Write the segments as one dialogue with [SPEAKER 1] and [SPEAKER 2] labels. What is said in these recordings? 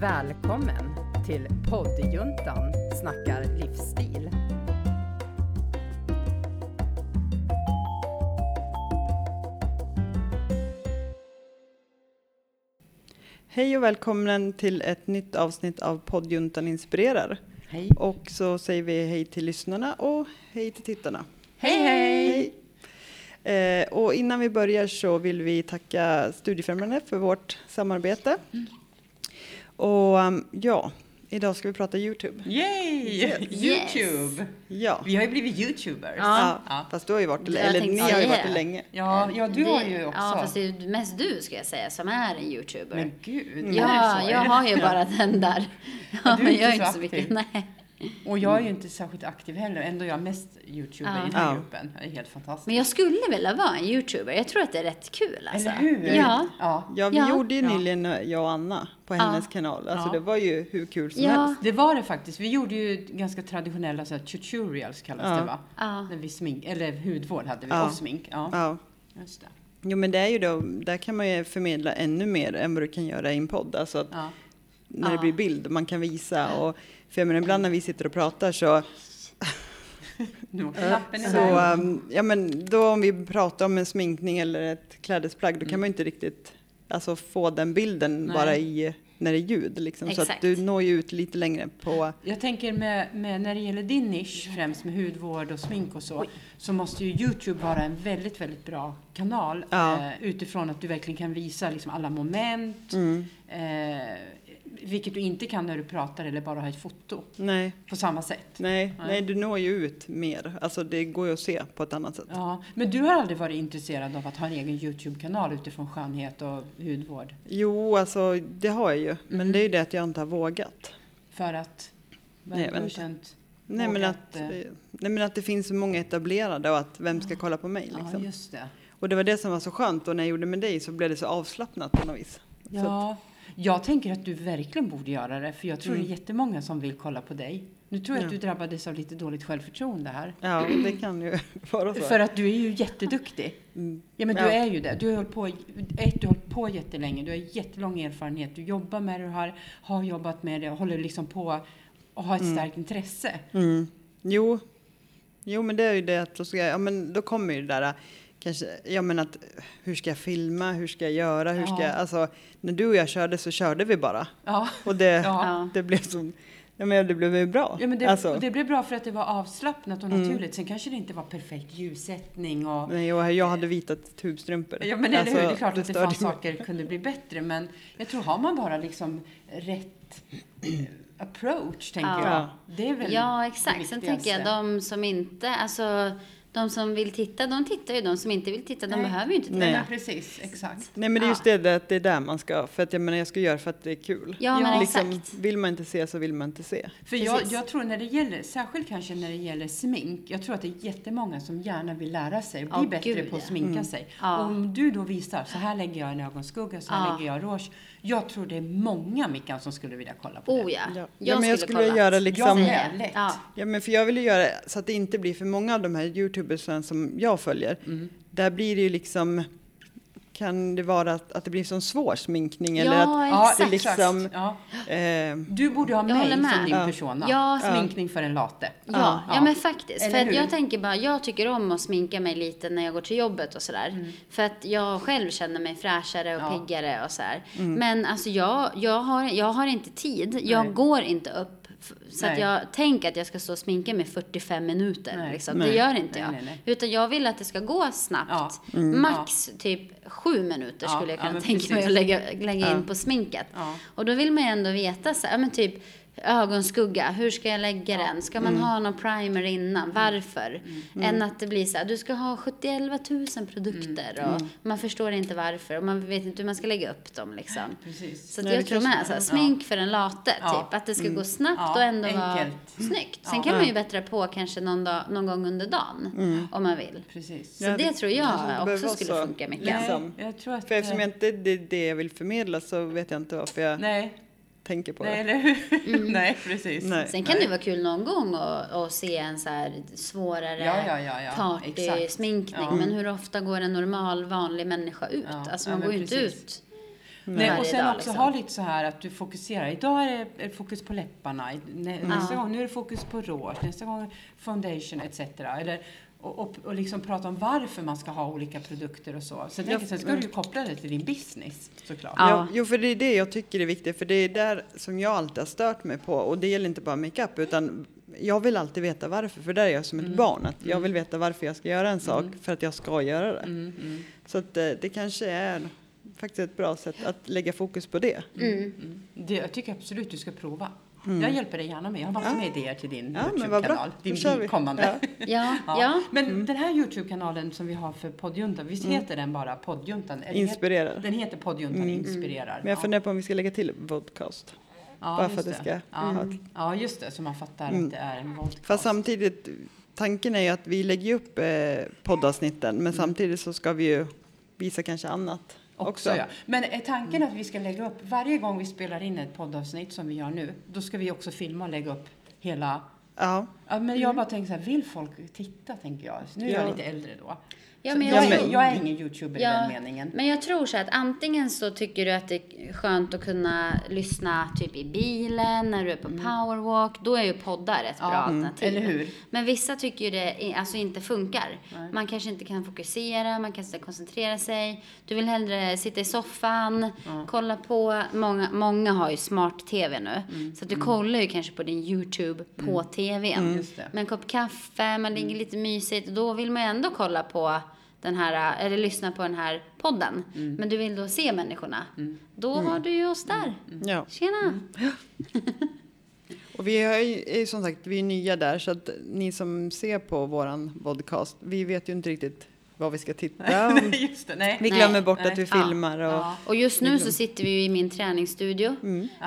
[SPEAKER 1] Välkommen till poddjuntan snackar livsstil.
[SPEAKER 2] Hej och välkommen till ett nytt avsnitt av poddjuntan inspirerar.
[SPEAKER 1] Hej.
[SPEAKER 2] Och så säger vi hej till lyssnarna och hej till tittarna.
[SPEAKER 1] Hej, hej!
[SPEAKER 2] Eh, och innan vi börjar så vill vi tacka Studiefrämjandet för vårt samarbete. Och um, ja, idag ska vi prata Youtube.
[SPEAKER 3] Yay!
[SPEAKER 4] Yes.
[SPEAKER 3] Youtube!
[SPEAKER 2] Ja,
[SPEAKER 3] Vi har ju blivit YouTubers.
[SPEAKER 2] ja.
[SPEAKER 3] Ja,
[SPEAKER 2] fast du har ju varit,
[SPEAKER 4] Jag
[SPEAKER 2] eller
[SPEAKER 4] tänkte
[SPEAKER 2] ni har ju
[SPEAKER 4] säga
[SPEAKER 2] varit det
[SPEAKER 4] det.
[SPEAKER 2] länge.
[SPEAKER 3] ja, ja du
[SPEAKER 4] Det-
[SPEAKER 3] har ju också.
[SPEAKER 4] Ja, fast det är ju mest du ska jag säga som är en YouTuber.
[SPEAKER 3] Men gud, är det
[SPEAKER 4] ja,
[SPEAKER 3] så?
[SPEAKER 4] jag har ju bara den där. Ja,
[SPEAKER 3] du är
[SPEAKER 4] men
[SPEAKER 3] inte
[SPEAKER 4] jag är
[SPEAKER 3] så
[SPEAKER 4] inte så mycket.
[SPEAKER 3] aktiv.
[SPEAKER 4] Nej.
[SPEAKER 3] Och jag är ju inte särskilt aktiv heller, ändå är jag mest YouTuber
[SPEAKER 4] Ja.
[SPEAKER 3] i den här
[SPEAKER 2] Ja.
[SPEAKER 3] gruppen. Det är helt fantastiskt.
[SPEAKER 4] Men jag skulle vilja vara en YouTuber. Jag tror att det är rätt kul alltså.
[SPEAKER 3] Eller hur?
[SPEAKER 4] Ja.
[SPEAKER 3] ja.
[SPEAKER 2] Ja, vi
[SPEAKER 4] Ja.
[SPEAKER 2] gjorde ju
[SPEAKER 3] Ja.
[SPEAKER 2] nyligen, eh, jag och Anna, på
[SPEAKER 4] Ja.
[SPEAKER 2] hennes kanal. Alltså
[SPEAKER 3] Ja.
[SPEAKER 2] det var ju hur kul som
[SPEAKER 4] Ja.
[SPEAKER 2] helst.
[SPEAKER 3] Det var det faktiskt. Vi gjorde ju ganska traditionella så här, tutorials kallas
[SPEAKER 2] Ja.
[SPEAKER 3] det va?
[SPEAKER 4] Ja.
[SPEAKER 3] När vi smink, eller hudvård hade vi
[SPEAKER 2] Ja.
[SPEAKER 3] och smink. Ja,
[SPEAKER 2] Ja.
[SPEAKER 3] just det.
[SPEAKER 2] Jo men det är ju då, där kan man ju förmedla ännu mer än vad du kan göra i en podd. Alltså att
[SPEAKER 3] Ja.
[SPEAKER 2] när det
[SPEAKER 4] Ja.
[SPEAKER 2] blir bild, man kan visa och för jag menar, ibland när vi sitter och pratar så,
[SPEAKER 3] Nu åker knappen
[SPEAKER 2] så
[SPEAKER 3] iväg.
[SPEAKER 2] um, ja men då om vi pratar om en sminkning eller ett klädesplagg, då kan man ju inte riktigt alltså, få den bilden
[SPEAKER 3] Nej.
[SPEAKER 2] bara i, när det är ljud liksom. Så att
[SPEAKER 4] Exakt.
[SPEAKER 2] du når ju ut lite längre på,
[SPEAKER 3] Jag tänker med, med, när det gäller din nisch, främst med hudvård och smink och så, så måste ju Youtube vara en väldigt, väldigt bra kanal
[SPEAKER 2] Ja.
[SPEAKER 3] eh, utifrån att du verkligen kan visa liksom alla moment, eh, vilket du inte kan när du pratar eller bara har ett foto
[SPEAKER 2] nej,
[SPEAKER 3] på samma sätt.
[SPEAKER 2] nej,
[SPEAKER 3] Nej.
[SPEAKER 2] nej, du når ju ut mer. Alltså det går ju att se på ett annat sätt.
[SPEAKER 3] Ja, men du har aldrig varit intresserad av att ha en egen Youtube-kanal utifrån skönhet och hudvård?
[SPEAKER 2] Jo, alltså det har jag ju, men det är ju det att jag inte har vågat.
[SPEAKER 3] För att?
[SPEAKER 2] Nej, jag
[SPEAKER 3] vad har du
[SPEAKER 2] vet inte.
[SPEAKER 3] känt?
[SPEAKER 2] Nej men,
[SPEAKER 3] Vågat,
[SPEAKER 2] att,
[SPEAKER 3] eh, Ah.
[SPEAKER 2] eh, nej men att det finns så många etablerade och att vem ska kolla på mig
[SPEAKER 3] Ja,
[SPEAKER 2] liksom.
[SPEAKER 3] just det.
[SPEAKER 2] Och det var det som var så skönt och när jag gjorde med dig så blev det så avslappnat på något vis. Så att,
[SPEAKER 3] Ja, jag tänker att du verkligen borde göra det, för jag tror det är jättemånga som vill kolla på dig. Nu tror jag att
[SPEAKER 2] Mm. Ja.
[SPEAKER 3] du drabbades av lite dåligt självförtroende här.
[SPEAKER 2] ja och det kan ju vara så.
[SPEAKER 3] För att du är ju jätteduktig.
[SPEAKER 2] Mm.
[SPEAKER 3] Ja, men du
[SPEAKER 2] Ja.
[SPEAKER 3] är ju det. Du har hållit på, ett, du har hållit på jättelänge, du har jättelång erfarenhet, du jobbar med det, du har, har jobbat med det och håller liksom på och har ett starkt intresse.
[SPEAKER 2] Mm. Jo. jo, men det är ju det att då, ska jag, ja, men då kommer ju det där kanske, ja men att hur ska jag filma, hur ska jag göra, hur ska
[SPEAKER 3] Ja.
[SPEAKER 2] jag, alltså när du och jag körde så körde vi bara.
[SPEAKER 3] Ja.
[SPEAKER 2] Och det,
[SPEAKER 3] Ja.
[SPEAKER 4] Ja.
[SPEAKER 2] det blev som, ja men det blev ju bra.
[SPEAKER 3] Ja, men det,
[SPEAKER 2] alltså, Mm.
[SPEAKER 3] och det blev bra för att det var avslappnat och naturligt. Sen kanske det inte var perfekt ljussättning och
[SPEAKER 2] nej, och jag hade vita tubstrumpor.
[SPEAKER 3] Ja men eller
[SPEAKER 2] Alltså,
[SPEAKER 3] hur, det är klart att det
[SPEAKER 2] störde
[SPEAKER 3] fanns
[SPEAKER 2] mig.
[SPEAKER 3] saker kunde bli bättre men jag tror har man bara liksom rätt eh, approach tänker
[SPEAKER 4] Ja.
[SPEAKER 3] jag. Det är väl
[SPEAKER 4] Ja,
[SPEAKER 3] det
[SPEAKER 4] exakt. Sen tänker
[SPEAKER 3] viktigaste.
[SPEAKER 4] jag de som inte, alltså de som vill titta, de tittar ju. De som inte vill titta, de
[SPEAKER 3] Nej.
[SPEAKER 4] behöver ju inte titta.
[SPEAKER 3] Nej.
[SPEAKER 2] Nej.
[SPEAKER 3] men precis, exakt.
[SPEAKER 2] Nej men det är
[SPEAKER 4] Ja.
[SPEAKER 2] just det, det, att det är där man ska, för att jag menar jag ska göra för att det är kul. Liksom,
[SPEAKER 4] Ja, men
[SPEAKER 3] Ja.
[SPEAKER 4] exakt.
[SPEAKER 2] vill man inte se så vill man inte se.
[SPEAKER 3] För jag,
[SPEAKER 4] Precis.
[SPEAKER 3] jag tror när det gäller, särskilt kanske när det gäller smink, jag tror att det är jättemånga som gärna vill lära sig, bli
[SPEAKER 4] Ja,
[SPEAKER 3] bättre
[SPEAKER 4] gud,
[SPEAKER 3] på att
[SPEAKER 4] ja. Mm.
[SPEAKER 3] sminka sig.
[SPEAKER 4] Ja.
[SPEAKER 3] Om du då visar, så här lägger jag en ögonskugga, så här
[SPEAKER 4] Ja.
[SPEAKER 3] lägger jag rouge. Jag tror det är många Mickan som skulle vilja kolla på
[SPEAKER 4] Oh
[SPEAKER 3] det.
[SPEAKER 4] ja.
[SPEAKER 2] Ja. Ja, men jag skulle
[SPEAKER 4] kollat.
[SPEAKER 2] göra liksom-
[SPEAKER 4] Jag säger
[SPEAKER 3] Ja,
[SPEAKER 4] det.
[SPEAKER 3] lätt.
[SPEAKER 4] Ja.
[SPEAKER 2] Ja men för jag vill ju göra så att det inte blir för många av de här youtubersen som jag följer.
[SPEAKER 4] Mm.
[SPEAKER 2] Där blir det ju liksom, kan det vara att, att det blir sån svår sminkning eller att,
[SPEAKER 4] Ja,
[SPEAKER 2] det
[SPEAKER 4] exakt.
[SPEAKER 2] liksom-
[SPEAKER 3] Ja.
[SPEAKER 2] eh,
[SPEAKER 3] Du borde ha
[SPEAKER 4] Jag
[SPEAKER 3] mig
[SPEAKER 4] håller med.
[SPEAKER 3] som din
[SPEAKER 2] Ja.
[SPEAKER 3] persona.
[SPEAKER 4] Ja.
[SPEAKER 3] Sminkning för en late.
[SPEAKER 4] Ja, ja, men faktiskt.
[SPEAKER 3] Eller
[SPEAKER 4] för att
[SPEAKER 3] hur?
[SPEAKER 4] jag tänker bara, jag tycker om att sminka mig lite när jag går till jobbet och sådär. För att jag själv känner mig fräschare och
[SPEAKER 3] Mm. Ja. Mm.
[SPEAKER 4] piggare och sådär. Men alltså jag, jag, har, jag har inte tid. Jag
[SPEAKER 3] Nej.
[SPEAKER 4] går inte upp. f- Så att
[SPEAKER 3] Nej.
[SPEAKER 4] jag tänker att jag ska stå och sminka mig 45 minuter.
[SPEAKER 3] Nej.
[SPEAKER 4] Liksom.
[SPEAKER 2] Nej.
[SPEAKER 4] Det gör inte
[SPEAKER 3] Nej,
[SPEAKER 4] jag.
[SPEAKER 3] nej, nej.
[SPEAKER 4] Utan jag vill att det ska gå snabbt.
[SPEAKER 3] Ja. Mm.
[SPEAKER 4] Max typ sju minuter
[SPEAKER 3] Ja,
[SPEAKER 4] skulle jag
[SPEAKER 3] ja,
[SPEAKER 4] kunna
[SPEAKER 3] men
[SPEAKER 4] tänka mig
[SPEAKER 3] precis.
[SPEAKER 4] att lägga, lägga
[SPEAKER 2] Ja.
[SPEAKER 4] in på sminket.
[SPEAKER 3] Ja.
[SPEAKER 4] Och då vill man ju ändå veta så här, men typ ögonskugga, hur ska jag lägga den? Ska man
[SPEAKER 3] Mm.
[SPEAKER 4] ha någon primer innan? Varför? Än att det blir så här, du ska ha 71 000 produkter
[SPEAKER 3] Mm.
[SPEAKER 4] och man förstår inte varför och man vet inte hur man ska lägga upp dem liksom.
[SPEAKER 3] Precis.
[SPEAKER 4] Så att
[SPEAKER 2] Nej,
[SPEAKER 4] jag
[SPEAKER 2] det
[SPEAKER 4] tror
[SPEAKER 2] kanske-
[SPEAKER 4] med, så här, smink för en late,
[SPEAKER 3] Ja. Mm.
[SPEAKER 4] typ. Att det ska gå snabbt
[SPEAKER 3] Ja,
[SPEAKER 4] och ändå vara
[SPEAKER 3] enkelt.
[SPEAKER 4] snyggt. Sen kan man ju bättra på kanske någon, dag, någon gång under dagen,
[SPEAKER 3] Mm.
[SPEAKER 4] om man vill.
[SPEAKER 3] Precis.
[SPEAKER 4] Så
[SPEAKER 2] Ja,
[SPEAKER 4] det
[SPEAKER 2] det- det
[SPEAKER 4] tror
[SPEAKER 2] kanske inte
[SPEAKER 4] jag
[SPEAKER 2] behöver
[SPEAKER 4] också
[SPEAKER 2] vara
[SPEAKER 4] skulle
[SPEAKER 2] så.
[SPEAKER 4] funka mycket.
[SPEAKER 2] Nej. liksom.
[SPEAKER 3] Nej, jag tror att... eh,
[SPEAKER 2] för eftersom jag inte, det är det jag vill förmedla så vet jag inte varför jag
[SPEAKER 3] Nej,
[SPEAKER 2] tänker på
[SPEAKER 3] nej
[SPEAKER 2] det. Mm.
[SPEAKER 3] eller hur? nej, precis.
[SPEAKER 2] Nej.
[SPEAKER 4] Sen kan det vara kul någon gång att, att se en så här svårare
[SPEAKER 3] Ja, ja, ja, ja.
[SPEAKER 2] eh,
[SPEAKER 4] partysminkning.
[SPEAKER 3] Exakt. Ja.
[SPEAKER 4] Men hur ofta går en normal, vanlig människa ut?
[SPEAKER 3] Ja,
[SPEAKER 4] Alltså
[SPEAKER 3] ja,
[SPEAKER 4] man
[SPEAKER 3] men
[SPEAKER 4] går ju inte
[SPEAKER 3] precis.
[SPEAKER 4] ut varje
[SPEAKER 3] Nej, och sen
[SPEAKER 4] dag.
[SPEAKER 3] också
[SPEAKER 4] liksom.
[SPEAKER 3] ha lite så här att du fokuserar. Idag är det är det fokus på läpparna, i- nä- nästa gång nu är det fokus på rouge, nästa gång foundation etc. Eller, och, och, och liksom prata om varför man ska ha olika produkter och så. Sen, tänker jag, sen ska du ju koppla det till din business såklart.
[SPEAKER 4] Ja.
[SPEAKER 2] mm. Ja. Jo, för det är det jag tycker är viktigt, för det är där som jag alltid har stört mig på. Och det gäller inte bara makeup, utan jag vill alltid veta varför. För där är jag som ett barn, att jag vill veta varför jag ska göra en sak, för att jag ska göra det.
[SPEAKER 3] Mm,
[SPEAKER 2] Så att, eh, det kanske är faktiskt ett bra sätt att lägga fokus på det.
[SPEAKER 3] Det, jag tycker absolut du ska prova. Jag hjälper dig gärna med. Jag har massor med idéer till din
[SPEAKER 2] Mm. Ja, men vad bra.
[SPEAKER 3] Youtube-kanal.
[SPEAKER 2] Då
[SPEAKER 3] Din
[SPEAKER 2] kör vi. Mm.
[SPEAKER 3] kommande.
[SPEAKER 4] Ja, ja.
[SPEAKER 3] Men den här Youtube-kanalen som vi har för Poddjuntan, visst heter den bara Poddjuntan? Eller het-
[SPEAKER 2] Inspirerar. Mm,
[SPEAKER 3] Den heter Poddjuntan Inspirerar.
[SPEAKER 2] Men jag funderar på om vi ska lägga till vodcast.
[SPEAKER 3] Ja,
[SPEAKER 2] Bara för
[SPEAKER 3] just
[SPEAKER 2] att det ska
[SPEAKER 3] ja.
[SPEAKER 2] ha Mm.
[SPEAKER 3] ja, just det. Så man fattar att det är en podcast.
[SPEAKER 2] Fast samtidigt, tanken är ju att vi lägger upp eh, poddavsnitten, men samtidigt så ska vi ju visa kanske annat också.
[SPEAKER 3] ja. Men är tanken att vi ska lägga upp, varje gång vi spelar in ett poddavsnitt som vi gör nu, då ska vi också filma och lägga upp hela
[SPEAKER 2] ja.
[SPEAKER 3] Ja, men
[SPEAKER 4] Mm.
[SPEAKER 3] jag bara tänker så här, vill folk titta tänker jag. Så nu är
[SPEAKER 2] Ja.
[SPEAKER 3] jag lite äldre då.
[SPEAKER 4] Ja,
[SPEAKER 3] Så
[SPEAKER 4] men
[SPEAKER 3] jag,
[SPEAKER 2] jag-
[SPEAKER 3] är, jag är ingen youtuber i den meningen.
[SPEAKER 4] Men jag tror så här att antingen så tycker du att det är skönt att kunna lyssna typ i bilen, när du är på powerwalk. Då är ju poddar ett bra alternativ.
[SPEAKER 3] Mm. eller hur?
[SPEAKER 4] Men vissa tycker ju det i- alltså inte funkar. Man kanske inte kan fokusera, man kanske inte koncentrera sig. Du vill hellre sitta i soffan, kolla på, många, många har ju smart-tv nu.
[SPEAKER 3] Mm.
[SPEAKER 4] Så att du kollar ju kanske på din YouTube på tvn.
[SPEAKER 3] Mm, Just det. Mm.
[SPEAKER 4] Med en kopp kaffe, man ligger lite mysigt. Då vill man ju ändå kolla på den här, eller lyssna på den här podden.
[SPEAKER 3] Mm.
[SPEAKER 4] Men du vill då se människorna. Då har du ju oss där.
[SPEAKER 3] Mm.
[SPEAKER 2] ja.
[SPEAKER 4] Tjena!
[SPEAKER 2] Och vi är ju är ju som sagt vi är nya där så att ni som ser på våran podcast, vi vet ju inte riktigt vad vi ska titta. om.
[SPEAKER 3] Nej, just det. Nej.
[SPEAKER 2] Vi glömmer
[SPEAKER 4] Nej,
[SPEAKER 2] bort
[SPEAKER 3] nej.
[SPEAKER 2] att vi
[SPEAKER 4] Ja,
[SPEAKER 2] filmar och liksom.
[SPEAKER 3] ja.
[SPEAKER 4] Och just nu så sitter vi ju i min träningsstudio.
[SPEAKER 2] Mm.
[SPEAKER 3] Ja.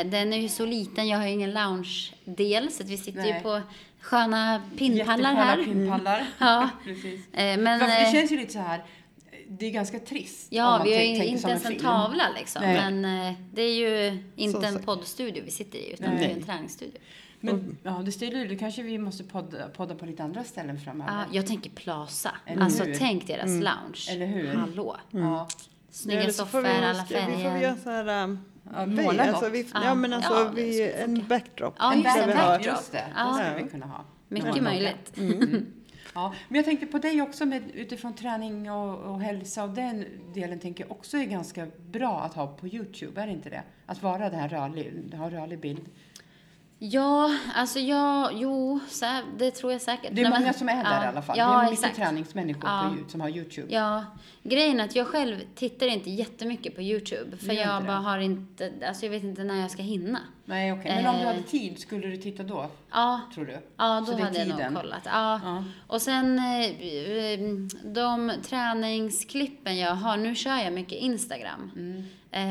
[SPEAKER 4] Eh, den är ju så liten, jag har ju ingen lounge-del så att vi sitter ju
[SPEAKER 3] Nej.
[SPEAKER 4] på sköna pinnpallar
[SPEAKER 3] Jättesköna
[SPEAKER 4] här.
[SPEAKER 3] Pinnpallar.
[SPEAKER 4] Ja.
[SPEAKER 3] Precis.
[SPEAKER 4] Eh, men
[SPEAKER 3] Fast det
[SPEAKER 4] eh,
[SPEAKER 3] känns ju lite så här, det är ganska trist. om
[SPEAKER 4] ja,
[SPEAKER 3] man
[SPEAKER 4] vi har
[SPEAKER 3] tän-
[SPEAKER 4] ju
[SPEAKER 3] tänker
[SPEAKER 4] inte
[SPEAKER 3] som
[SPEAKER 4] ens en
[SPEAKER 3] film.
[SPEAKER 4] tavla liksom.
[SPEAKER 3] Nej.
[SPEAKER 4] Men eh, det är ju inte
[SPEAKER 2] Som
[SPEAKER 4] en
[SPEAKER 2] sagt.
[SPEAKER 4] poddstudio vi sitter i utan det är ju en träningsstudio.
[SPEAKER 3] Men ja, det styr ju, då kanske vi måste podda, podda på lite andra ställen framöver.
[SPEAKER 4] Ja, jag tänker Plaza.
[SPEAKER 3] Eller
[SPEAKER 4] alltså
[SPEAKER 3] hur?
[SPEAKER 4] tänk deras
[SPEAKER 2] Mm.
[SPEAKER 4] lounge.
[SPEAKER 3] Eller hur?
[SPEAKER 4] Hallå.
[SPEAKER 3] Ja.
[SPEAKER 4] Snygga
[SPEAKER 2] eller så får
[SPEAKER 4] soffor,
[SPEAKER 2] vi,
[SPEAKER 4] alla
[SPEAKER 2] ska- Vi får
[SPEAKER 4] färger.
[SPEAKER 2] väl göra så här, um,
[SPEAKER 3] Ja,
[SPEAKER 2] vi,
[SPEAKER 3] måla
[SPEAKER 2] alltså,
[SPEAKER 3] något.
[SPEAKER 2] vi,
[SPEAKER 4] Ja.
[SPEAKER 2] ja men alltså
[SPEAKER 4] Ja, det
[SPEAKER 2] vi,
[SPEAKER 4] skulle
[SPEAKER 2] en backdrop.
[SPEAKER 4] Ja,
[SPEAKER 2] där
[SPEAKER 3] En
[SPEAKER 4] just det,
[SPEAKER 2] vi
[SPEAKER 3] backdrop,
[SPEAKER 2] har-
[SPEAKER 4] backdrop.
[SPEAKER 3] just det.
[SPEAKER 4] Ja.
[SPEAKER 3] Det skulle vi kunna ha.
[SPEAKER 4] Mycket möjligt.
[SPEAKER 3] Ja, men jag tänkte på dig också med, utifrån träning och, och hälsa och den delen tänker jag också är ganska bra att ha på Youtube, är det inte det? Att vara det här rörlig, ha rörlig bild.
[SPEAKER 4] Ja, alltså jag, jo, så här, det tror jag säkert.
[SPEAKER 3] Det är
[SPEAKER 4] Nej, men- alltså,
[SPEAKER 3] många som är där
[SPEAKER 4] ja,
[SPEAKER 3] i alla fall.
[SPEAKER 4] Ja,
[SPEAKER 3] det är mycket
[SPEAKER 4] exakt.
[SPEAKER 3] träningsmänniskor
[SPEAKER 4] Ja.
[SPEAKER 3] på, Youtube- som har Youtube.
[SPEAKER 4] Ja, grejen är att jag själv tittar inte jättemycket på Youtube. För
[SPEAKER 3] Gör
[SPEAKER 4] jag
[SPEAKER 3] inte
[SPEAKER 4] bara
[SPEAKER 3] det?
[SPEAKER 4] har inte, alltså jag vet inte när jag ska hinna.
[SPEAKER 3] Nej, okej. Men om du
[SPEAKER 4] Eh.
[SPEAKER 3] hade tid, skulle du titta då?
[SPEAKER 4] Ja,
[SPEAKER 3] Tror du?
[SPEAKER 4] Ja,
[SPEAKER 3] Så
[SPEAKER 4] då
[SPEAKER 3] det är
[SPEAKER 4] hade jag nog
[SPEAKER 3] tiden.
[SPEAKER 4] kollat. Ja.
[SPEAKER 3] Ja.
[SPEAKER 4] Och sen eh, mm, de träningsklippen jag har, nu kör jag mycket Instagram.
[SPEAKER 3] Mm.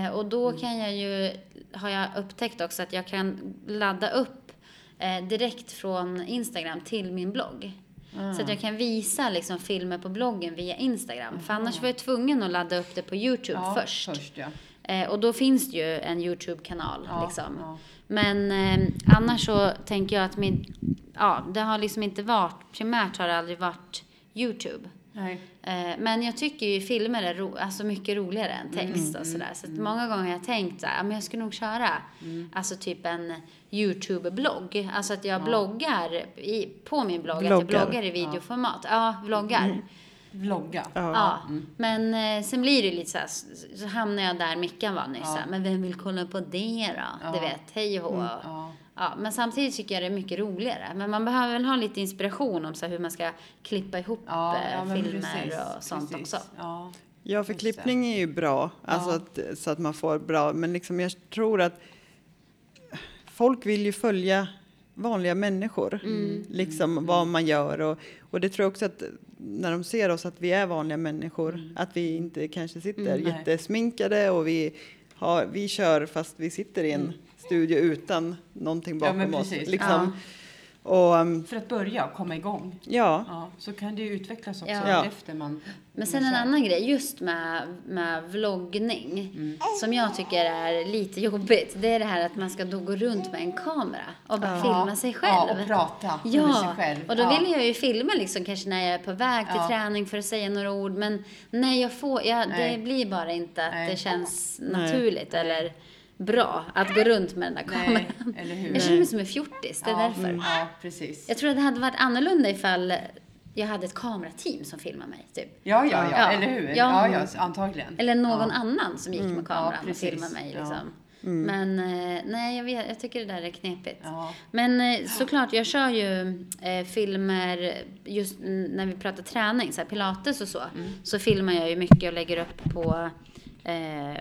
[SPEAKER 4] Eh, och då kan jag ju, har jag upptäckt också att jag kan ladda upp eh, direkt från Instagram till min blogg.
[SPEAKER 3] Ah.
[SPEAKER 4] Så att jag kan visa liksom, filmer på bloggen via Instagram. För annars var jag tvungen att ladda upp det på Youtube
[SPEAKER 3] Ja,
[SPEAKER 4] först.
[SPEAKER 3] först ja.
[SPEAKER 4] Eh, och då finns det ju en YouTube-kanal.
[SPEAKER 3] Ja,
[SPEAKER 4] liksom.
[SPEAKER 3] ja.
[SPEAKER 4] Men eh, annars så tänker jag att min, ja, det har liksom inte varit, primärt har det aldrig varit YouTube.
[SPEAKER 3] Nej.
[SPEAKER 4] Eh, men jag tycker ju filmer är ro, alltså mycket roligare än text och sådär. Så att många gånger har jag tänkt så här, "Ja, men jag skulle nog köra alltså typ en YouTube-blogg. Alltså att jag bloggar i, på min blogg, att
[SPEAKER 2] Bloggar.
[SPEAKER 4] jag bloggar i videoformat. Ja, vloggar.
[SPEAKER 3] Vlogga.
[SPEAKER 4] Ja,
[SPEAKER 3] Mm.
[SPEAKER 4] men eh, sen blir det lite så här, så, så hamnar jag där Mickan var nyss. så här, Men vem vill kolla på det då? Du vet, hej och hå.
[SPEAKER 3] Mm, Ja.
[SPEAKER 4] Ja, men samtidigt tycker jag det är mycket roligare. Men man behöver väl ha lite inspiration om så här, hur man ska klippa ihop
[SPEAKER 3] Ja,
[SPEAKER 4] eh,
[SPEAKER 3] ja, men
[SPEAKER 4] filmer
[SPEAKER 3] precis,
[SPEAKER 4] och sånt
[SPEAKER 3] precis.
[SPEAKER 4] också.
[SPEAKER 3] Ja.
[SPEAKER 2] Ja, för
[SPEAKER 3] Just
[SPEAKER 2] klippning är ju bra, alltså att, så att man får bra, men liksom jag tror att folk vill ju följa vanliga människor, liksom vad man gör och, och det tror jag också att när de ser oss att vi är vanliga människor, att vi inte kanske sitter
[SPEAKER 3] nej.
[SPEAKER 2] jättesminkade och vi, har, vi kör fast vi sitter i en studio utan någonting
[SPEAKER 3] Ja,
[SPEAKER 2] bakom
[SPEAKER 3] men
[SPEAKER 2] oss.
[SPEAKER 3] precis.
[SPEAKER 2] Liksom. Och, um,
[SPEAKER 3] För att börja och komma igång.
[SPEAKER 2] ja,
[SPEAKER 3] Ja, så kan det ju utvecklas också
[SPEAKER 4] Ja.
[SPEAKER 2] Ja.
[SPEAKER 3] efter man...
[SPEAKER 4] Men sen
[SPEAKER 3] man
[SPEAKER 4] en
[SPEAKER 3] kör.
[SPEAKER 4] annan grej, just med, med vloggning,
[SPEAKER 3] Mm.
[SPEAKER 4] som jag tycker är lite jobbigt. Det är det här att man ska då gå runt med en kamera och bara filma sig själv.
[SPEAKER 3] Ja, och prata
[SPEAKER 4] Ja,
[SPEAKER 3] med sig själv.
[SPEAKER 4] och då
[SPEAKER 3] ja.
[SPEAKER 4] vill jag ju filma liksom kanske när jag är på väg till
[SPEAKER 3] Ja.
[SPEAKER 4] träning för att säga några ord. Men nej, jag får, jag, det
[SPEAKER 3] Nej.
[SPEAKER 4] blir bara inte att
[SPEAKER 3] Nej.
[SPEAKER 4] det känns
[SPEAKER 2] Nej.
[SPEAKER 4] naturligt eller bra att gå runt med den där kameran.
[SPEAKER 3] Nej, eller hur?
[SPEAKER 4] Jag känner mig som en fjortis, det är
[SPEAKER 3] ja,
[SPEAKER 4] därför.
[SPEAKER 3] mm, Ja, precis.
[SPEAKER 4] Jag tror att det hade varit annorlunda ifall jag hade ett kamerateam som filmade mig, typ.
[SPEAKER 3] Ja, ja, ja,
[SPEAKER 4] Ja.
[SPEAKER 3] eller hur?
[SPEAKER 4] Ja.
[SPEAKER 3] Ja, ja, så antagligen.
[SPEAKER 4] Eller någon
[SPEAKER 3] ja.
[SPEAKER 4] annan som gick med kameran och
[SPEAKER 3] precis.
[SPEAKER 4] filmade mig.
[SPEAKER 3] Ja. Mm.
[SPEAKER 4] Liksom. Men eh, nej, jag, vet, jag tycker det där är knepigt.
[SPEAKER 3] Ja.
[SPEAKER 4] Men eh, såklart, jag kör ju eh, filmer just n- när vi pratar träning, så här pilates och så.
[SPEAKER 3] Mm.
[SPEAKER 4] Så filmar jag ju mycket och lägger upp på, eh,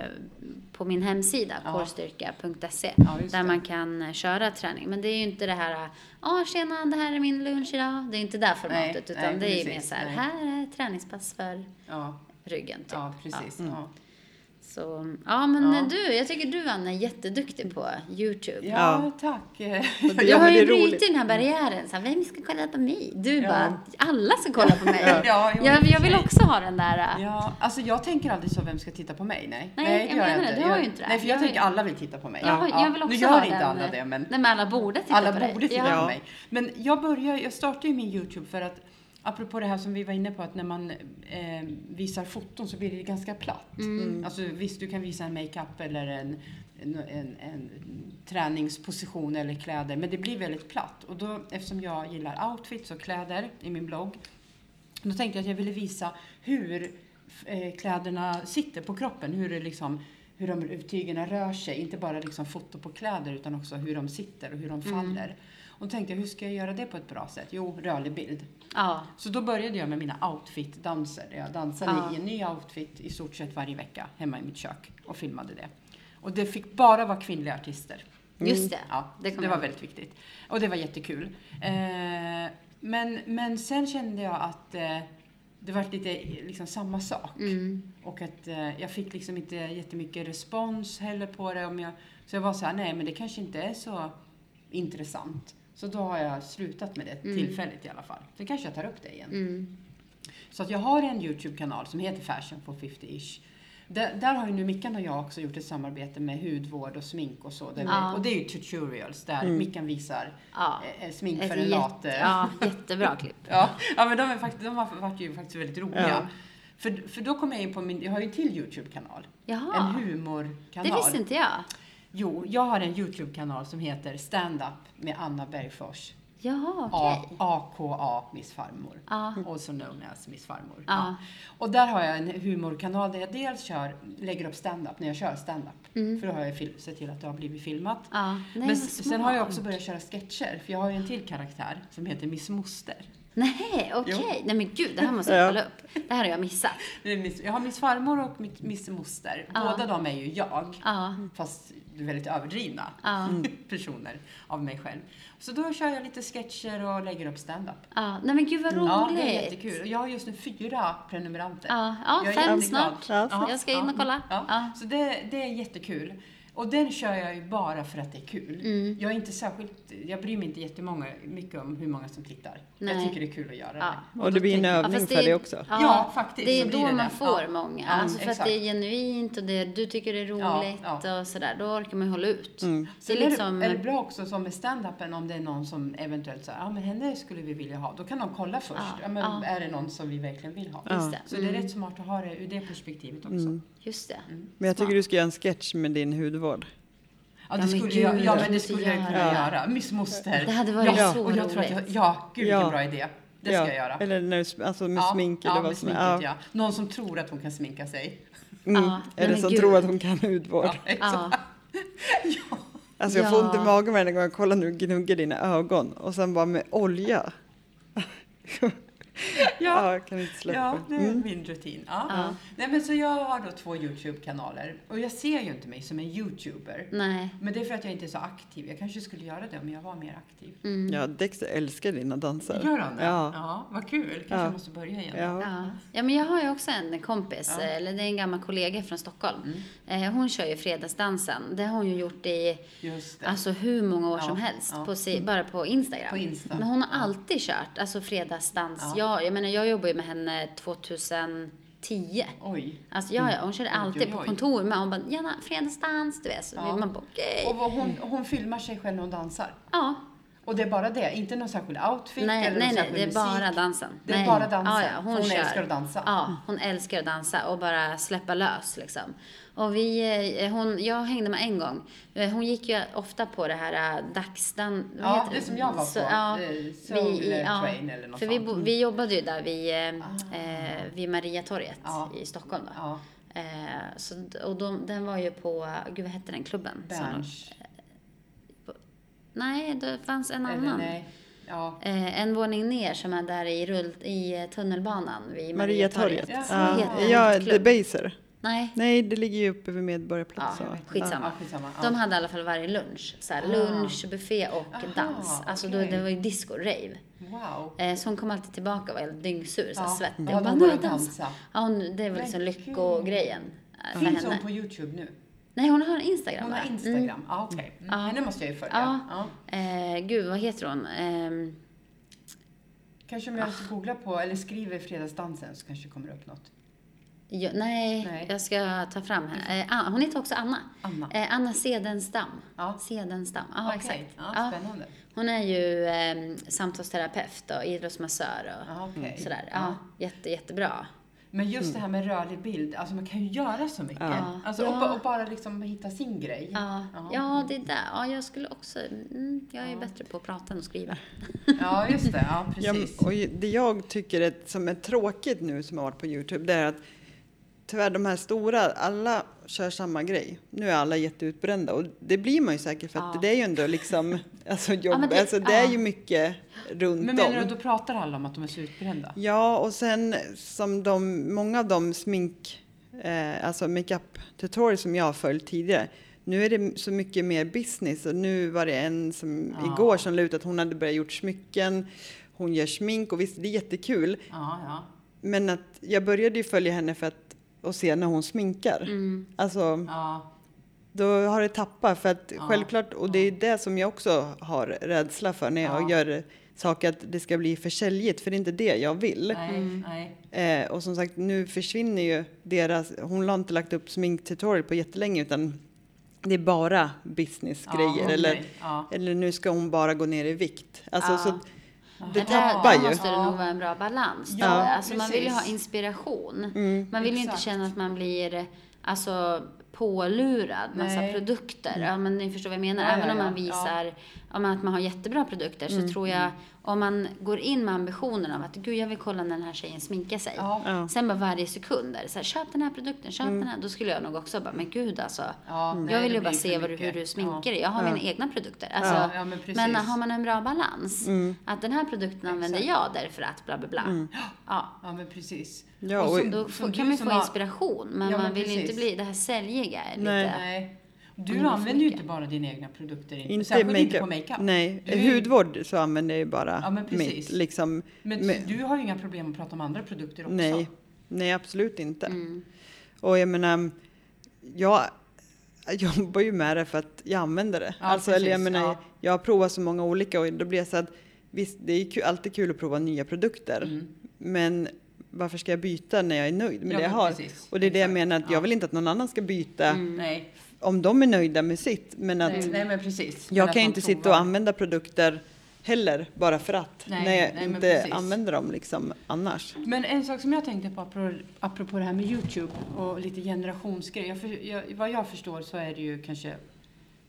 [SPEAKER 4] på min hemsida,
[SPEAKER 3] Ja.
[SPEAKER 4] corestyrka.se.
[SPEAKER 3] Ja, just
[SPEAKER 4] där
[SPEAKER 3] det.
[SPEAKER 4] man kan eh, köra träning. Men det är ju inte det här, ja tjena, det här är min lunch idag. Det är inte det här
[SPEAKER 3] Nej,
[SPEAKER 4] formatet, utan
[SPEAKER 3] nej,
[SPEAKER 4] det är ju
[SPEAKER 3] precis,
[SPEAKER 4] mer så här,
[SPEAKER 3] nej.
[SPEAKER 4] här är träningspass för
[SPEAKER 3] Ja,
[SPEAKER 4] ryggen. Typ.
[SPEAKER 3] ja precis. Ja.
[SPEAKER 4] Så, ja men eh,
[SPEAKER 3] Ja.
[SPEAKER 4] du, jag tycker du Anna är jätteduktig på YouTube.
[SPEAKER 3] Ja, tack.
[SPEAKER 2] Och det-
[SPEAKER 4] jag
[SPEAKER 2] ja,
[SPEAKER 4] har
[SPEAKER 2] men
[SPEAKER 4] ju
[SPEAKER 2] det är roligt.
[SPEAKER 4] brutit den här barriären, så här, vem ska kolla på mig? Du
[SPEAKER 3] Ja.
[SPEAKER 4] bara, alla ska kolla på mig.
[SPEAKER 3] Ja, ja, jo,
[SPEAKER 4] jag,
[SPEAKER 3] i och
[SPEAKER 4] jag
[SPEAKER 3] för
[SPEAKER 4] vill
[SPEAKER 3] sig.
[SPEAKER 4] också ha den där, äh,
[SPEAKER 3] Ja, alltså jag tänker aldrig så, vem ska titta på mig? Nej,
[SPEAKER 4] Nej, jag
[SPEAKER 3] gör
[SPEAKER 4] menar det. Du har ju inte det.
[SPEAKER 3] Nej, för
[SPEAKER 4] Jag
[SPEAKER 3] jag,
[SPEAKER 4] har
[SPEAKER 3] tänker
[SPEAKER 4] ju-
[SPEAKER 3] alla vill titta på mig.
[SPEAKER 4] jag, har- jag vill också
[SPEAKER 3] nu
[SPEAKER 4] ha
[SPEAKER 3] gör
[SPEAKER 4] den. eh, äh,
[SPEAKER 3] inte alla det, men...
[SPEAKER 4] Nej men alla borde titta
[SPEAKER 3] Alla
[SPEAKER 4] på dig.
[SPEAKER 3] borde titta
[SPEAKER 4] ja.
[SPEAKER 3] på mig. Men jag, börjar, jag startade ju min YouTube för att, apropå det här som vi var inne på, att när man eh, visar foton så blir det ganska platt.
[SPEAKER 4] Mm.
[SPEAKER 3] Alltså visst, du kan visa en makeup eller en, en, en, en träningsposition eller kläder, men det blir väldigt platt. Och då, eftersom jag gillar outfits och kläder i min blogg, då tänkte jag att jag ville visa hur eh, kläderna sitter på kroppen, hur det liksom hur de hur tygerna rör sig, inte bara liksom foto på kläder utan också hur de sitter och hur de faller. Och då tänkte jag, hur ska jag göra det på ett bra sätt? Jo, rörlig bild.
[SPEAKER 4] Ja.
[SPEAKER 3] Så då började jag med mina outfit-danser. där Jag dansade
[SPEAKER 4] Ja.
[SPEAKER 3] i en ny outfit i stort sett varje vecka hemma i mitt kök och filmade det. Och det fick bara vara kvinnliga artister.
[SPEAKER 4] Just det.
[SPEAKER 3] Mm. Ja,
[SPEAKER 4] det
[SPEAKER 3] det,
[SPEAKER 4] kommer
[SPEAKER 3] var
[SPEAKER 4] jag
[SPEAKER 3] väldigt viktigt. Och det var jättekul. Eh, men, men sen kände jag att eh, det var lite liksom samma sak.
[SPEAKER 4] Mm,
[SPEAKER 3] Och att eh, jag fick liksom inte jättemycket respons heller på det. Om jag, så jag var så här, nej men det kanske inte är så intressant. Så då har jag slutat med det tillfälligt i alla fall. Sen kanske jag tar upp det igen.
[SPEAKER 4] mm.
[SPEAKER 3] Så att jag har en YouTube-kanal som heter Fashion for 50-ish. Där, där har ju nu Mickan och jag också gjort ett samarbete med hudvård och smink och så. Där
[SPEAKER 4] Ja.
[SPEAKER 3] vi, och det är ju tutorials där Mickan visar
[SPEAKER 4] Ja.
[SPEAKER 3] eh, eh, smink
[SPEAKER 4] Ett
[SPEAKER 3] för en
[SPEAKER 4] jätte-
[SPEAKER 3] late.
[SPEAKER 4] Ja, jättebra klipp.
[SPEAKER 3] Ja, ja men de, är fakt- de har varit ju faktiskt väldigt roliga.
[SPEAKER 2] Ja.
[SPEAKER 3] För, för då kom jag in på min, jag har ju en till YouTube-kanal.
[SPEAKER 4] Jaha.
[SPEAKER 3] En
[SPEAKER 4] Det
[SPEAKER 3] humorkanal.
[SPEAKER 4] visste inte jag.
[SPEAKER 3] Jo, jag har en YouTube-kanal som heter Stand Up med Anna Bergfors.
[SPEAKER 4] Jaha,
[SPEAKER 3] A-
[SPEAKER 4] okej.
[SPEAKER 3] AKA Miss farmor.
[SPEAKER 4] Ja.
[SPEAKER 3] Also known as Miss farmor.
[SPEAKER 4] Ja.
[SPEAKER 3] Och där har jag en humorkanal där jag dels kör, lägger upp stand-up när jag kör stand-up.
[SPEAKER 4] Mm.
[SPEAKER 3] För då har jag fil- sett till att det har blivit filmat.
[SPEAKER 4] Ja, nej,
[SPEAKER 3] Men
[SPEAKER 4] vad
[SPEAKER 3] s- sen har jag också
[SPEAKER 4] smart.
[SPEAKER 3] börjat köra sketcher, för jag har ju en till karaktär som heter Miss Moster.
[SPEAKER 4] Nej, okej.
[SPEAKER 3] Jo.
[SPEAKER 4] Nej men gud, det här måste
[SPEAKER 2] Ja.
[SPEAKER 4] jag kolla upp. Det här har jag missat.
[SPEAKER 3] Det är Miss- Jag har Miss farmor och mitt- Miss Moster.
[SPEAKER 4] Ja.
[SPEAKER 3] Båda de är ju jag.
[SPEAKER 4] Ja.
[SPEAKER 3] Fast väldigt överdrivna
[SPEAKER 4] Ja.
[SPEAKER 3] personer av mig själv. Så då kör jag lite sketcher och lägger upp stand-up.
[SPEAKER 4] Ja, nej men gud vad
[SPEAKER 3] Ja,
[SPEAKER 4] roligt.
[SPEAKER 3] det är jättekul. Och Jag har just nu fyra prenumeranter.
[SPEAKER 4] Ja, ja,
[SPEAKER 3] Jag är
[SPEAKER 4] fem
[SPEAKER 3] jätteglad.
[SPEAKER 4] snart.
[SPEAKER 2] Ja,
[SPEAKER 4] Jag ska in och kolla.
[SPEAKER 3] Ja.
[SPEAKER 4] Ja.
[SPEAKER 3] Så det, det är jättekul. Och den kör jag ju bara för att det är kul.
[SPEAKER 4] Mm.
[SPEAKER 3] Jag, är inte särskilt, jag bryr mig inte jättemånga, mycket om hur många som tittar.
[SPEAKER 4] Nej.
[SPEAKER 3] Jag tycker det är kul att göra det.
[SPEAKER 4] Ja.
[SPEAKER 2] och det blir en
[SPEAKER 4] Ja,
[SPEAKER 2] övning
[SPEAKER 4] fast
[SPEAKER 2] för
[SPEAKER 4] är-
[SPEAKER 2] det också.
[SPEAKER 4] Ja,
[SPEAKER 3] Ja, faktiskt,
[SPEAKER 4] Det
[SPEAKER 3] så
[SPEAKER 4] är
[SPEAKER 3] blir
[SPEAKER 4] då
[SPEAKER 3] det
[SPEAKER 4] man
[SPEAKER 3] det.
[SPEAKER 4] får
[SPEAKER 3] Ja.
[SPEAKER 4] många.
[SPEAKER 3] Ja,
[SPEAKER 4] alltså för att
[SPEAKER 3] exakt.
[SPEAKER 4] det är genuint och det, du tycker det är
[SPEAKER 3] Ja,
[SPEAKER 4] roligt
[SPEAKER 3] ja. Mm.
[SPEAKER 4] och sådär. Då orkar man ju hålla ut. Det
[SPEAKER 3] Sen
[SPEAKER 4] är
[SPEAKER 3] är,
[SPEAKER 4] liksom...
[SPEAKER 3] det, är det bra också som med stand-upen om det är någon som eventuellt säger ja men henne skulle vi vilja ha. Då kan de kolla först.
[SPEAKER 4] Ja,
[SPEAKER 3] Ja, men
[SPEAKER 4] ja.
[SPEAKER 3] Är det någon som vi verkligen vill ha?
[SPEAKER 4] Just det. Mm.
[SPEAKER 3] Så det är rätt smart att ha det ur det perspektivet också.
[SPEAKER 4] Just det.
[SPEAKER 3] Mm.
[SPEAKER 2] Men jag tycker du ska göra en sketch med din hudvård.
[SPEAKER 3] Ja,
[SPEAKER 4] Ja,
[SPEAKER 3] det
[SPEAKER 4] men
[SPEAKER 3] skulle
[SPEAKER 4] gud,
[SPEAKER 3] jag, ja,
[SPEAKER 4] det
[SPEAKER 3] men det
[SPEAKER 4] måste
[SPEAKER 3] skulle jag kunna
[SPEAKER 2] göra.
[SPEAKER 3] göra. Miss Moster.
[SPEAKER 4] Det hade varit
[SPEAKER 3] ja.
[SPEAKER 4] så
[SPEAKER 3] och jag tror att jag,
[SPEAKER 4] roligt.
[SPEAKER 3] Ja, gud vilken
[SPEAKER 2] Ja.
[SPEAKER 3] bra idé. Det
[SPEAKER 2] ja.
[SPEAKER 3] ska jag göra.
[SPEAKER 2] Eller när du, sm- alltså med smink eller
[SPEAKER 3] ja,
[SPEAKER 2] vad
[SPEAKER 3] med
[SPEAKER 2] som
[SPEAKER 3] sminket,
[SPEAKER 2] helst.
[SPEAKER 3] ja. Någon som tror att hon kan sminka sig.
[SPEAKER 2] Mm.
[SPEAKER 4] Ja, nej,
[SPEAKER 2] Eller
[SPEAKER 4] men
[SPEAKER 2] som
[SPEAKER 4] gud.
[SPEAKER 2] tror att hon kan hudvård.
[SPEAKER 3] Ja,
[SPEAKER 4] Ja.
[SPEAKER 2] Alltså jag får
[SPEAKER 4] Ja.
[SPEAKER 2] ont i magen varje gång jag kollar när du gnuggar dina ögon och sen bara med olja. Ja, jag kan inte släppa.
[SPEAKER 3] Ja, det är
[SPEAKER 2] Mm.
[SPEAKER 3] min rutin. Ja.
[SPEAKER 4] Ja.
[SPEAKER 3] Nej, men så jag har då två YouTube-kanaler och jag ser ju inte mig som en YouTuber.
[SPEAKER 4] Nej.
[SPEAKER 3] Men det är för att jag inte är så aktiv. Jag kanske skulle göra det om jag var mer aktiv.
[SPEAKER 4] Mm.
[SPEAKER 2] Ja, Dexter älskar dina danser.
[SPEAKER 3] Gör han det?
[SPEAKER 2] Mm. Ja.
[SPEAKER 3] vad kul. Kanske
[SPEAKER 2] Ja.
[SPEAKER 3] måste börja igen.
[SPEAKER 2] Ja.
[SPEAKER 4] Ja. ja, men jag har ju också en kompis, eh, eller det är en gammal kollega från
[SPEAKER 3] Mm.
[SPEAKER 4] Stockholm. Eh, Hon kör ju Fredagsdansen. Det har hon ju gjort i
[SPEAKER 3] Just det.
[SPEAKER 4] alltså, hur många år
[SPEAKER 3] Ja,
[SPEAKER 4] som helst,
[SPEAKER 3] ja.
[SPEAKER 4] på si, bara på Instagram.
[SPEAKER 3] På Insta.
[SPEAKER 4] Men hon har alltid kört alltså, Fredagsdans. Jag, jag menar, jag jobbar ju med henne 2010.
[SPEAKER 3] Oj.
[SPEAKER 4] Alltså, ja, ja, hon körde
[SPEAKER 3] Oj,
[SPEAKER 4] alltid
[SPEAKER 3] Mm. oj, oj.
[SPEAKER 4] på kontor med. Hon bara, Jana, fredagsdans, du vet. Så
[SPEAKER 3] Ja.
[SPEAKER 4] man bara, okej.
[SPEAKER 3] Och vad hon, hon filmar sig själv när hon dansar.
[SPEAKER 4] Ja,
[SPEAKER 3] Och det är bara det, inte någon särskild outfit
[SPEAKER 4] nej,
[SPEAKER 3] eller
[SPEAKER 4] nej,
[SPEAKER 3] någon
[SPEAKER 4] nej,
[SPEAKER 3] särskild
[SPEAKER 4] det är
[SPEAKER 3] musik.
[SPEAKER 4] bara dansen.
[SPEAKER 3] Det är
[SPEAKER 4] nej.
[SPEAKER 3] bara dansen,
[SPEAKER 4] Ja, ja, hon
[SPEAKER 3] för hon
[SPEAKER 4] kör.
[SPEAKER 3] älskar att dansa. Mm.
[SPEAKER 4] Ja, hon älskar att dansa och bara släppa lös liksom. Och vi, eh, hon, jag hängde med en gång. Eh, Hon gick ju ofta på det här eh, dagsdan... vad
[SPEAKER 3] Ja,
[SPEAKER 4] heter
[SPEAKER 3] det som jag var på.
[SPEAKER 4] Så-
[SPEAKER 3] Ja. Soul
[SPEAKER 4] i-
[SPEAKER 3] Train eller något
[SPEAKER 4] för vi,
[SPEAKER 3] sånt. Ah.
[SPEAKER 4] bo, vi jobbade ju där vid, eh, eh, vid Mariatorget
[SPEAKER 3] Ja.
[SPEAKER 4] i Stockholm. Då.
[SPEAKER 3] Ja,
[SPEAKER 4] Eh, så, d- och de, den var ju på, gud vad hette den klubben? som de-
[SPEAKER 3] Berns.
[SPEAKER 4] Nej, det fanns en
[SPEAKER 3] Eller
[SPEAKER 4] annan.
[SPEAKER 3] nej. Ja.
[SPEAKER 4] Eh, en våning ner som är där i, rull, i eh, tunnelbanan vid
[SPEAKER 2] Mariatorget.
[SPEAKER 4] Mariatorget.
[SPEAKER 3] Ja.
[SPEAKER 4] Vad
[SPEAKER 2] Ja,
[SPEAKER 4] heter
[SPEAKER 2] ja
[SPEAKER 4] den
[SPEAKER 2] The
[SPEAKER 4] klubben?
[SPEAKER 2] Baser.
[SPEAKER 4] Nej,
[SPEAKER 2] Nej, det ligger ju uppe vid Medborgarplatsen.
[SPEAKER 4] Ja,
[SPEAKER 2] va?
[SPEAKER 4] skitsamma.
[SPEAKER 3] Ja, skitsamma. Ja.
[SPEAKER 4] de hade i alla fall varje lunch. Så här, Lunch, buffé och
[SPEAKER 3] Aha,
[SPEAKER 4] dans. Alltså då,
[SPEAKER 3] okej.
[SPEAKER 4] det var ju disco, rave.
[SPEAKER 3] Wow.
[SPEAKER 4] Eh, så hon kom alltid tillbaka och var helt dyngsur, så här,
[SPEAKER 3] Ja.
[SPEAKER 4] svettig.
[SPEAKER 3] Ja, de
[SPEAKER 4] Hon bara, nu har
[SPEAKER 3] började
[SPEAKER 4] jag dansat.
[SPEAKER 3] dansa.
[SPEAKER 4] Ja, hon, det var liksom
[SPEAKER 3] Men
[SPEAKER 4] lyckogrejen eh, för
[SPEAKER 3] Finns hon
[SPEAKER 4] henne.
[SPEAKER 3] på Youtube nu?
[SPEAKER 4] Nej, hon har en Instagram Mm.
[SPEAKER 3] Hon
[SPEAKER 4] va?
[SPEAKER 3] har Instagram. Ja, okej. Mm.
[SPEAKER 4] Ja.
[SPEAKER 3] Henne måste jag ju följa.
[SPEAKER 4] Ja.
[SPEAKER 3] Ja.
[SPEAKER 4] Mm. Eh, gud, vad heter hon? Ehm,
[SPEAKER 3] Kanske om jag
[SPEAKER 4] Ah.
[SPEAKER 3] googlar på eller skriver Fredagsdansen så kanske det kommer upp något.
[SPEAKER 4] jo, nej,
[SPEAKER 3] Nej.
[SPEAKER 4] jag ska ta fram henne. Eh, Anna- hon heter också Anna.
[SPEAKER 3] Anna.
[SPEAKER 4] Eh, Anna Sedenstam.
[SPEAKER 3] Ja.
[SPEAKER 4] Sedenstam, ja
[SPEAKER 3] Okej.
[SPEAKER 4] exakt.
[SPEAKER 3] Ja,
[SPEAKER 4] Ja.
[SPEAKER 3] spännande.
[SPEAKER 4] Hon är ju eh, samtalsterapeut och idrottsmassör och
[SPEAKER 3] Ja, okej.
[SPEAKER 4] sådär.
[SPEAKER 3] Ja.
[SPEAKER 4] Ja, jätte, jättebra.
[SPEAKER 3] Men just det här med rörlig bild, alltså man kan ju göra så mycket.
[SPEAKER 4] Mm. Ja.
[SPEAKER 3] Alltså, och,
[SPEAKER 4] Ja.
[SPEAKER 3] ba- och bara liksom hitta sin grej.
[SPEAKER 4] Ja,
[SPEAKER 3] Ja.
[SPEAKER 4] ja det är där. Ja, jag skulle också... Mm, jag är ju bättre på att prata än att skriva.
[SPEAKER 3] Ja, just det. Ja,
[SPEAKER 2] Ja, men-
[SPEAKER 3] precis.
[SPEAKER 2] och ju- det jag tycker är, som är tråkigt nu som har varit på Youtube, det är att tyvärr de här stora, alla kör samma grej. Nu är alla jätteutbrända och det blir man ju säkert för att
[SPEAKER 4] Ja.
[SPEAKER 2] det är ju ändå liksom, alltså jobb,
[SPEAKER 4] Ja, men det-
[SPEAKER 2] alltså det är
[SPEAKER 4] ja.
[SPEAKER 2] ju mycket runt
[SPEAKER 3] Men menar du
[SPEAKER 2] om.
[SPEAKER 3] att då pratar alla om att de är så utbrända?
[SPEAKER 2] Ja, och sen som de, många av de smink, eh, alltså makeup tutorials som jag har följt tidigare. Nu är det så mycket mer business och nu var det en som
[SPEAKER 3] Ja.
[SPEAKER 2] igår som la ut att hon hade börjat gjort smycken. Hon gör smink och visst, det är jättekul.
[SPEAKER 3] Ja, ja.
[SPEAKER 2] Men att jag började ju följa henne för att och se när hon sminkar.
[SPEAKER 3] Mm.
[SPEAKER 2] Alltså,
[SPEAKER 3] ja.
[SPEAKER 2] då har det tappat för att
[SPEAKER 3] Ja.
[SPEAKER 2] självklart, och det är det som jag också har rädsla för när jag
[SPEAKER 3] Ja.
[SPEAKER 2] gör saker, att det ska bli för säljigt, för det är inte det jag vill.
[SPEAKER 3] Nej, nej.
[SPEAKER 2] Eh, och som sagt, nu försvinner ju deras... Hon har inte lagt upp sminktutorial på jättelänge utan det är bara businessgrejer.
[SPEAKER 3] Ja, okej.
[SPEAKER 2] eller,
[SPEAKER 3] Ja.
[SPEAKER 2] eller nu ska hon bara gå ner i vikt. Alltså,
[SPEAKER 4] Ja.
[SPEAKER 2] så att det
[SPEAKER 4] Men där,
[SPEAKER 2] tappar
[SPEAKER 4] där
[SPEAKER 2] ju.
[SPEAKER 4] måste det nog vara en bra balans.
[SPEAKER 3] Ja,
[SPEAKER 4] Ja, alltså, man vill ju ha
[SPEAKER 3] precis. Mm,
[SPEAKER 4] inspiration. man vill ju inte
[SPEAKER 3] exakt.
[SPEAKER 4] känna att man blir alltså, pålurad massa
[SPEAKER 3] Nej. Mm.
[SPEAKER 4] produkter. Ja, men ni förstår vad jag menar.
[SPEAKER 3] Ja, ja,
[SPEAKER 4] Även om man
[SPEAKER 3] ja. Mm,
[SPEAKER 4] visar ja. men att man har jättebra produkter så tror jag om man går in med ambitionen av att gud jag vill kolla när den här tjejen sminkar sig.
[SPEAKER 3] Ja. Mm.
[SPEAKER 2] Ja.
[SPEAKER 4] Sen bara varje sekund är det så här, köp den här produkten, köp den här. Då skulle jag nog också bara, men gud alltså.
[SPEAKER 3] Ja, Mm. nej,
[SPEAKER 4] jag vill
[SPEAKER 3] det
[SPEAKER 4] ju bara
[SPEAKER 3] blir
[SPEAKER 4] se
[SPEAKER 3] för
[SPEAKER 4] vad du, hur
[SPEAKER 3] mycket.
[SPEAKER 4] du sminkar dig. Jag har mina egna produkter. Alltså,
[SPEAKER 3] Ja, ja, men precis.
[SPEAKER 4] men har man en bra balans,
[SPEAKER 2] Mm.
[SPEAKER 4] att den här produkten använder jag därför att bla bla bla. Ja.
[SPEAKER 3] Ja, men precis.
[SPEAKER 2] Ja,
[SPEAKER 3] Och
[SPEAKER 2] och-
[SPEAKER 3] som-
[SPEAKER 4] Då
[SPEAKER 3] som
[SPEAKER 4] får,
[SPEAKER 3] du
[SPEAKER 4] kan man ju
[SPEAKER 3] som
[SPEAKER 4] få
[SPEAKER 3] har-
[SPEAKER 4] inspiration, men
[SPEAKER 3] Ja, men
[SPEAKER 4] man vill ju inte
[SPEAKER 3] precis.
[SPEAKER 4] bli det här säljiga. är Lite.
[SPEAKER 2] Nej.
[SPEAKER 3] Nej. Du
[SPEAKER 4] Ja, men
[SPEAKER 3] använder ju
[SPEAKER 4] mycket.
[SPEAKER 3] inte bara dina egna produkter.
[SPEAKER 2] Inte
[SPEAKER 3] Särskilt
[SPEAKER 2] makeup.
[SPEAKER 3] inte på makeup.
[SPEAKER 2] Nej,
[SPEAKER 3] Du är ju-
[SPEAKER 2] hudvård så använder jag ju bara
[SPEAKER 3] Ja, men precis.
[SPEAKER 2] mitt. Liksom,
[SPEAKER 3] Men
[SPEAKER 2] med-
[SPEAKER 3] du har ju inga problem att prata om andra produkter också. Mm.
[SPEAKER 2] Nej, nej absolut inte. Och jag menar, jag jag jobbar ju med det för att jag använder det.
[SPEAKER 3] Ja,
[SPEAKER 2] alltså, eller jag,
[SPEAKER 3] precis,
[SPEAKER 2] menar,
[SPEAKER 3] ja.
[SPEAKER 2] jag har provat så många olika och då blir jag så att visst, det är ju kul, alltid kul att prova nya produkter. Men varför ska jag byta när jag är nöjd med
[SPEAKER 3] Mm. Ja,
[SPEAKER 2] det jag
[SPEAKER 3] men
[SPEAKER 2] har?
[SPEAKER 3] precis.
[SPEAKER 2] Och det är det jag
[SPEAKER 3] Exakt,
[SPEAKER 2] menar, att
[SPEAKER 3] ja.
[SPEAKER 2] jag vill inte att någon annan ska byta
[SPEAKER 4] Mm.
[SPEAKER 3] Nej.
[SPEAKER 2] om de är nöjda med sitt. Men att
[SPEAKER 3] Nej, nej, men precis. Men
[SPEAKER 2] jag
[SPEAKER 3] att
[SPEAKER 2] kan ju
[SPEAKER 3] man
[SPEAKER 2] inte sitta och
[SPEAKER 3] provar.
[SPEAKER 2] använda produkter heller bara för att.
[SPEAKER 3] Nej,
[SPEAKER 2] när jag
[SPEAKER 3] nej, men
[SPEAKER 2] inte
[SPEAKER 3] precis.
[SPEAKER 2] använder dem liksom annars.
[SPEAKER 3] Men en sak som jag tänkte på apropå, apropå det här med Youtube och lite generationsgrejer. Jag för, jag, vad jag förstår så är det ju kanske